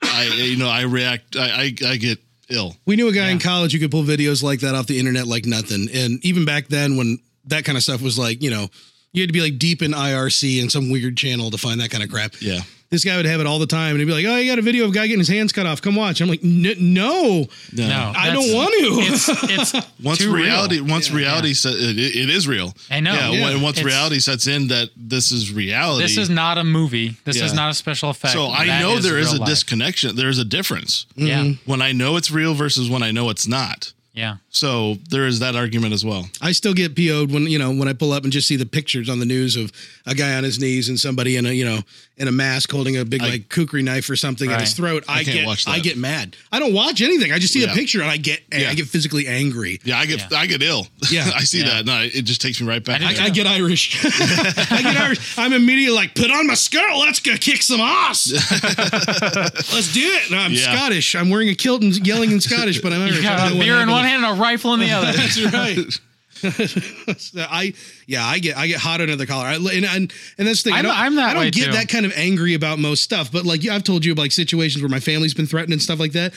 I you know I react I I, I get ill. We knew a guy in Yeah. college who could pull videos like that off the internet like nothing. And even back then, when that kind of stuff was like, you know, you had to be like deep in IRC and some weird channel to find that kind of crap. Yeah, This guy would have it all the time and he'd be like, oh, you got a video of a guy getting his hands cut off. Come watch. I'm like, "N- no, no, I that's- don't want to. It's, it's Once too real. reality, once Yeah. reality, set- it, it- it is real. I know. Yeah, Yeah. When, once It's- reality sets in that this is reality. This is not a movie. This Yeah. is not a special effect. so I That know there is real a life. disconnection. There is a difference Yeah, when I know it's real versus when I know it's not. yeah. So there is that argument as well. I still get PO'd when, you know, when I pull up and just see the pictures on the news of a guy on his knees and somebody in a, you know, in a mask holding a big I- like kukri knife or something at his Right. throat. I, can't get, watch that. I get mad. I don't watch anything. I just see Yeah. a picture and I get, Yeah. I get physically angry. Yeah, I get Yeah. I get ill. Yeah. I see Yeah. that. No, it just takes me right back. I didn't there. I get Irish. I get Irish. I'm immediately like, put on my skirt. Let's go kick some ass. Let's do it. No, I'm Yeah. Scottish. I'm wearing a kilt and yelling in Scottish, but I'm Irish. You I got don't a know what beer in happened. one hand and a rifle in the other. That's right. So I yeah I get I get hot under the collar I, and, and and that's the thing I I'm- don't, I'm that I don't way, get too. that kind of angry about most stuff but like yeah, I've told you about like situations where my family's been threatened and stuff like that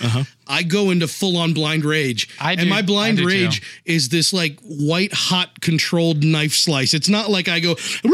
I go into full on blind rage Uh-huh. I and do- my blind I do, rage is this like white hot controlled knife slice it's not like I go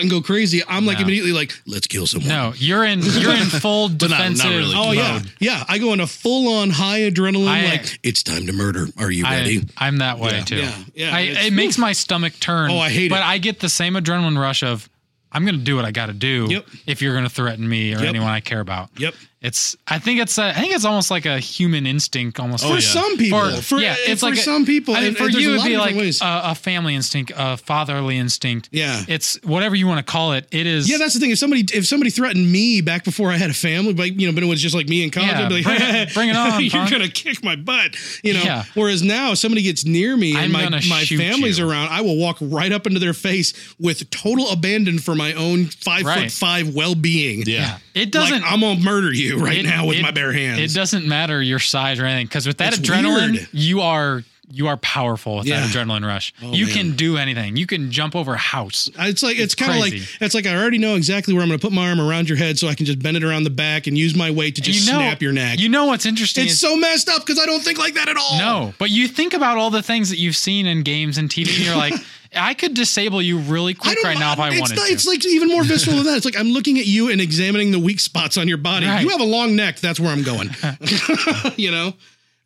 and go crazy I'm like No. immediately like let's kill someone No, you're in you're in full not- not defensive. really. oh yeah Mode. yeah I go into full on high adrenaline I- like it's time to murder are you ready I, I'm that way too. Yeah, yeah, I, it's- it makes my stomach turn. Oh, I hate but it. I get the same adrenaline rush of I'm going to do what I got to do. Yep. If you're going to threaten me or Yep. anyone I care about. Yep. It's. I think it's. A, I think it's almost like a human instinct. Almost for yeah. some people Or- for, Oh, yeah, it's for like a- some people I mean, and- for and there's you, a it'd lot be of like uh, different ways. a, a family instinct, a fatherly instinct. Yeah. it's whatever you want to call it. It is. yeah, that's the thing. If somebody if somebody threatened me back before I had a family, like you know, but it was just like me in college, Yeah, I'd be like, bring it- bring it on, you're punk." gonna kick my butt, you know. Yeah. Whereas now, if somebody gets near me and I'm my gonna my shoot family's you. around, I will walk right up into their face with total abandon for my own five foot Right. five well being. Yeah. yeah. It like doesn't. I'm gonna murder you right it- now with it- my bare hands. It doesn't matter your size or anything because with that It's adrenaline, weird. you are you are powerful with Yeah. that adrenaline rush. Oh, you man. can do anything. You can jump over a house. It's like it's, kind of like crazy. it's like I already know exactly where I'm going to put my arm around your head, so I can just bend it around the back and use my weight to just you know, snap your neck. You know what's interesting? it's is- so messed up because I don't think like that at all. no, but you think about all the things that you've seen in games and TV, and you're like, I could disable you really I quick don't right now if I it's wanted not- to. It's like even more visceral than that. It's like I'm looking at you and examining the weak spots on your body. Right. You have a long neck. That's where I'm going. you know,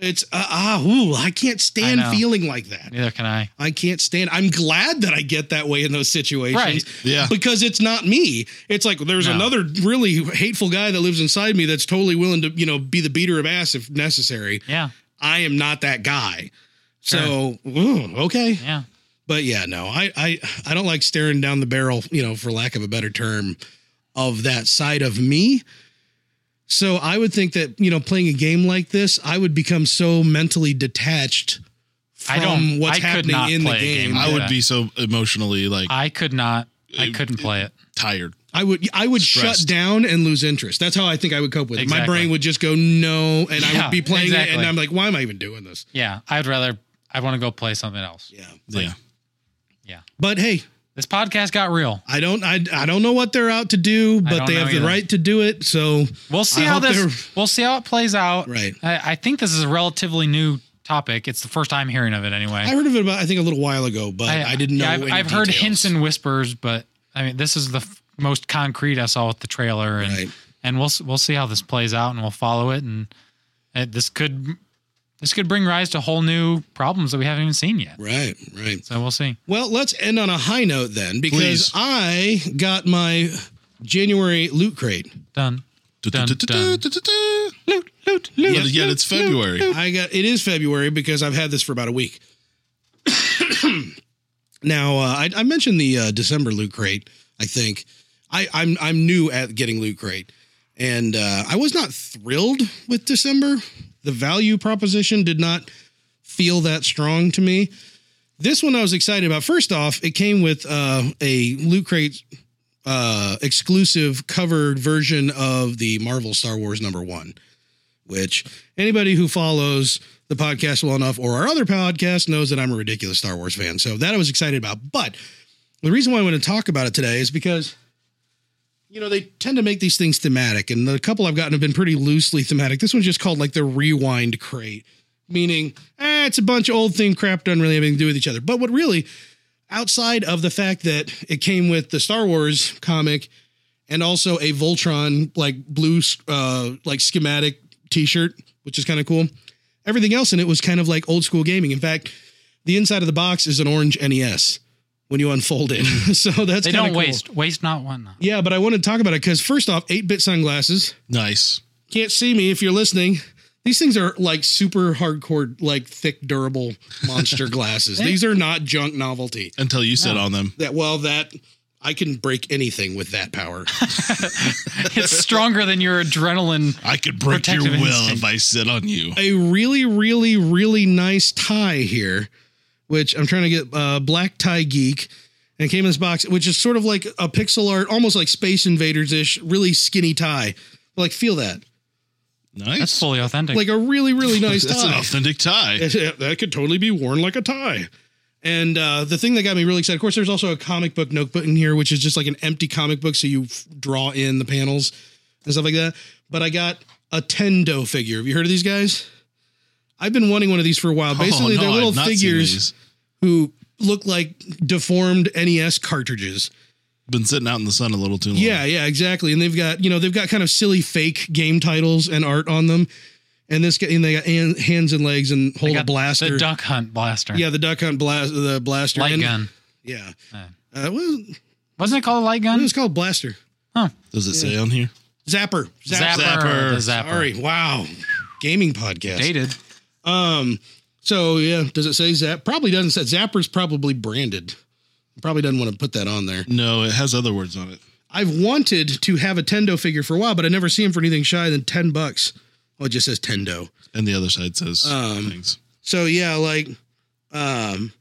it's uh, ah ooh. I can't stand know. feeling like that. Neither can I. I can't stand. I'm glad that I get that way in those situations. Right. Yeah. Because it's not me. It's like there's No. another really hateful guy that lives inside me that's totally willing to, you know, be the beater of ass if necessary. Yeah, I am not that guy. So, ooh, okay. yeah. But yeah, no. I I I don't like staring down the barrel, you know, for lack of a better term, of that side of me. So I would think that, you know, playing a game like this, I would become so mentally detached from I don't- what's I could happening not in the play a game. game. I would Yeah. be so emotionally like I could not. I couldn't play it. tired. I would I would shut Stressed. down and lose interest. That's how I think I would cope with it. My Exactly. brain would just go no, and I Yeah, would be playing it, exactly. and I'm like, why am I even doing this? Yeah, I'd rather. I want to go play something else. Yeah. yeah. But hey, This podcast got real. I don't I, I don't know what they're out to do, but don't they know have the either. right to do it. So We'll see I how hope this. they're- We'll see how it plays out. Right. I, I think this is a relatively new topic. It's the first time hearing of it anyway. I heard of it about I think a little while ago, but I, didn't know. yeah, I've, any I've heard details. hints and whispers, but I mean, this is the f- most concrete I saw with the trailer, and Right. and we'll s- we'll see how this plays out, and we'll follow it, and uh, this could this could bring rise to whole new problems that we haven't even seen yet. Right, right. So we'll see. Well, let's end on a high note then, because Please. I got my January loot crate. Done. Dun, dun. Yeah, Loot, loot, loot. yet it's February. I got it is February because I've had this for about a week. now uh, I, I mentioned the uh, December loot crate. I think I, I'm I'm new at getting loot crate, and uh, I was not thrilled with December. The value proposition did not feel that strong to me. This one I was excited about. First off, it came with uh, a loot crate uh, exclusive covered version of the Marvel Star Wars number one which anybody who follows the podcast well enough or our other podcast knows that I'm a ridiculous Star Wars fan. So that I was excited about. But the reason why I want to talk about it today is because, you know, they tend to make these things thematic. And the couple I've gotten have been pretty loosely thematic. This one's just called like the rewind crate, meaning eh, it's a bunch of old thing crap, doesn't really have anything to do with each other. But what really, outside of the fact that it came with the Star Wars comic and also a Voltron like blue uh like schematic t-shirt, which is kind of cool. Everything else in it was kind of like old school gaming. In fact, the inside of the box is an orange NES when you unfold it. so that's They kinda don't cool. waste. Waste not, want not. Yeah, but I want to talk about it because first off, 8-bit sunglasses. Nice. Can't see me if you're listening. These things are like super hardcore, like thick, durable monster glasses. These are not junk novelty. Until you sit on them. That well, that I can break anything with that power. It's stronger than your adrenaline. I could break your Protective will instinct. if I sit on you. a really, really, really nice tie here, which I'm trying to get uh, Black Tie Geek. And it came in this box, which is sort of like a pixel art, almost like Space Invaders ish, really skinny tie. Like, feel that. Nice. That's fully authentic. Like a really, really nice That's an tie. authentic tie. It- that could totally be worn like a tie. And uh, the thing that got me really excited, of course, there's also a comic book notebook in here, which is just like an empty comic book. So you f- draw in the panels and stuff like that. But I got a Tendo figure. Have you heard of these guys? I've been wanting one of these for a while. Basically, Oh, no, they're little I've not seen figures these. who look like deformed NES cartridges. Been sitting out in the sun a little too long. Yeah, yeah, exactly. And they've got you know they've got kind of silly fake game titles and art on them. And this guy, and they got an- hands and legs and They hold a got blaster. The duck hunt blaster. Yeah, the duck hunt blast, the blaster, Light And- gun. Yeah, Uh. uh, what is- Wasn't it called a light what gun? is it called blaster? Does it say on here? Zapper. Zapper. Zapper. The zapper. Sorry. Wow. Gaming podcast. Dated. Um. So yeah, does it say zap? Probably doesn't say zapper's probably branded. Probably doesn't want to put that on there. No, it has other words on it. I've wanted to have a Tendo figure for a while, but I never see him for anything shy than ten bucks. Oh, it just says Tendo. And the other side says Um, things. So yeah, like um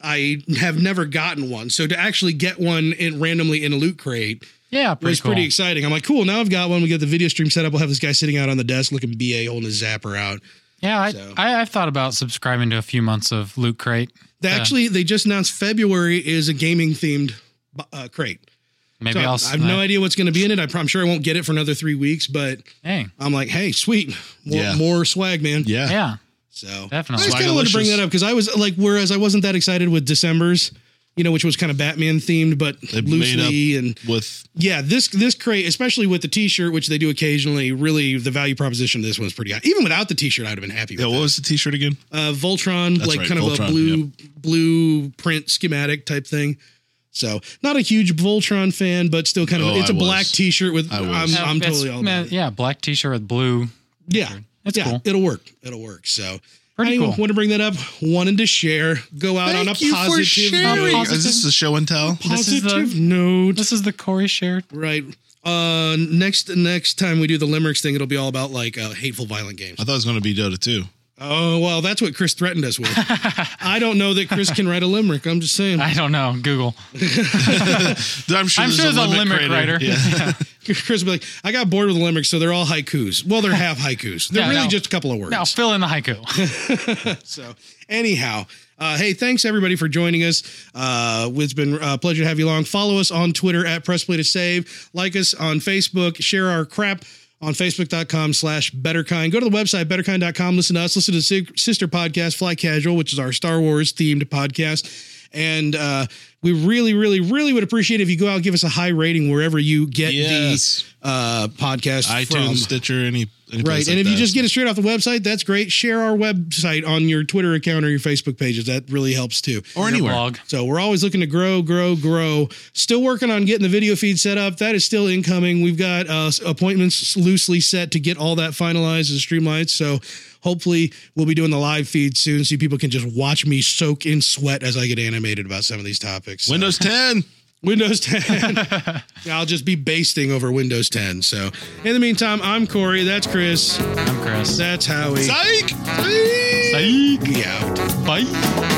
I have never gotten one. So to actually get one in randomly in a loot crate Yeah, was pretty cool. pretty exciting. I'm like, cool, now I've got one. We get the video stream set up. We'll have this guy sitting out on the desk looking BA holding his zapper out. yeah, I, so. I, I've thought about subscribing to a few months of Loot Crate. They Yeah. actually they just announced February is a gaming themed uh, crate. Maybe So I'll. I have no idea what's going to be in it. I pro- I'm sure I won't get it for another three weeks, but Dang. I'm like, hey, sweet, more, Yeah. more swag, man. Yeah. Yeah. So Definitely. I just kind of wanted to bring Swagalicious. that up because I was like, whereas I wasn't that excited with December's, you know, which was kind of Batman themed, but They made loosely up and with yeah, this this crate, especially with the T-shirt, which they do occasionally, really the value proposition of this one's pretty high. Even without the T-shirt, I'd have been happy. With yeah, what that. was the T-shirt again? Uh, Voltron, That's like right, kind of Voltron, a blue blue print schematic type thing. So not a huge Voltron fan, but still kind of Oh, it's a I was. black T-shirt with I I'm, was. Yeah, I'm it's- totally all man, about it. Yeah, black T-shirt with blue. Yeah, That's yeah, cool. it'll work. It'll work. So Pretty anyway, cool. want to bring that up. Wanted to share. Go out on a positive sharing. note. Positive. Is this a show and tell? This is Positive the- note. This is the Corey shirt. right. Uh, next next time we do the limericks thing, it'll be all about like uh, hateful, violent games. I thought it was going to be Dota 2. Oh well, that's what Chris threatened us with. I don't know that Chris can write a limerick. I'm just saying. I don't know. Google. I'm sure, I'm there's, sure a, limerick writer. writer. Yeah. Chris will be like, I got bored with the limericks, so they're all haikus. Well, they're half haikus. They're Yeah, really no. just a couple of words. Now fill in the haiku. So, anyhow, uh, hey, thanks everybody for joining us. Uh, it's been a pleasure to have you along. Follow us on Twitter at Press Play to Save. Like us on Facebook. Share our crap on facebook.com slash betterkind. Go to the website, betterkind.com. Listen to us. Listen to the si- sister podcast, Fly Casual, which is our Star Wars themed podcast. And uh, We really, really, really would appreciate it if you go out and give us a high rating wherever you get Yes. the uh, podcast iTunes, from. Stitcher, any, any Right. place And like if you that. just get it straight off the website, that's great. Share our website on your Twitter account or your Facebook pages. That really helps too. or anywhere. Blog. So we're always looking to grow, grow, grow. Still working on getting the video feed set up. That is still incoming. We've got uh, s- appointments loosely set to get all that finalized and streamlined. So hopefully we'll be doing the live feed soon, so people can just watch me soak in sweat as I get animated about some of these topics. So- Windows 10. Windows 10. I'll just be basting over Windows 10. So in the meantime, I'm Corey. That's Chris. I'm Chris. That's Howie. Psych. Psych. We out. Bye.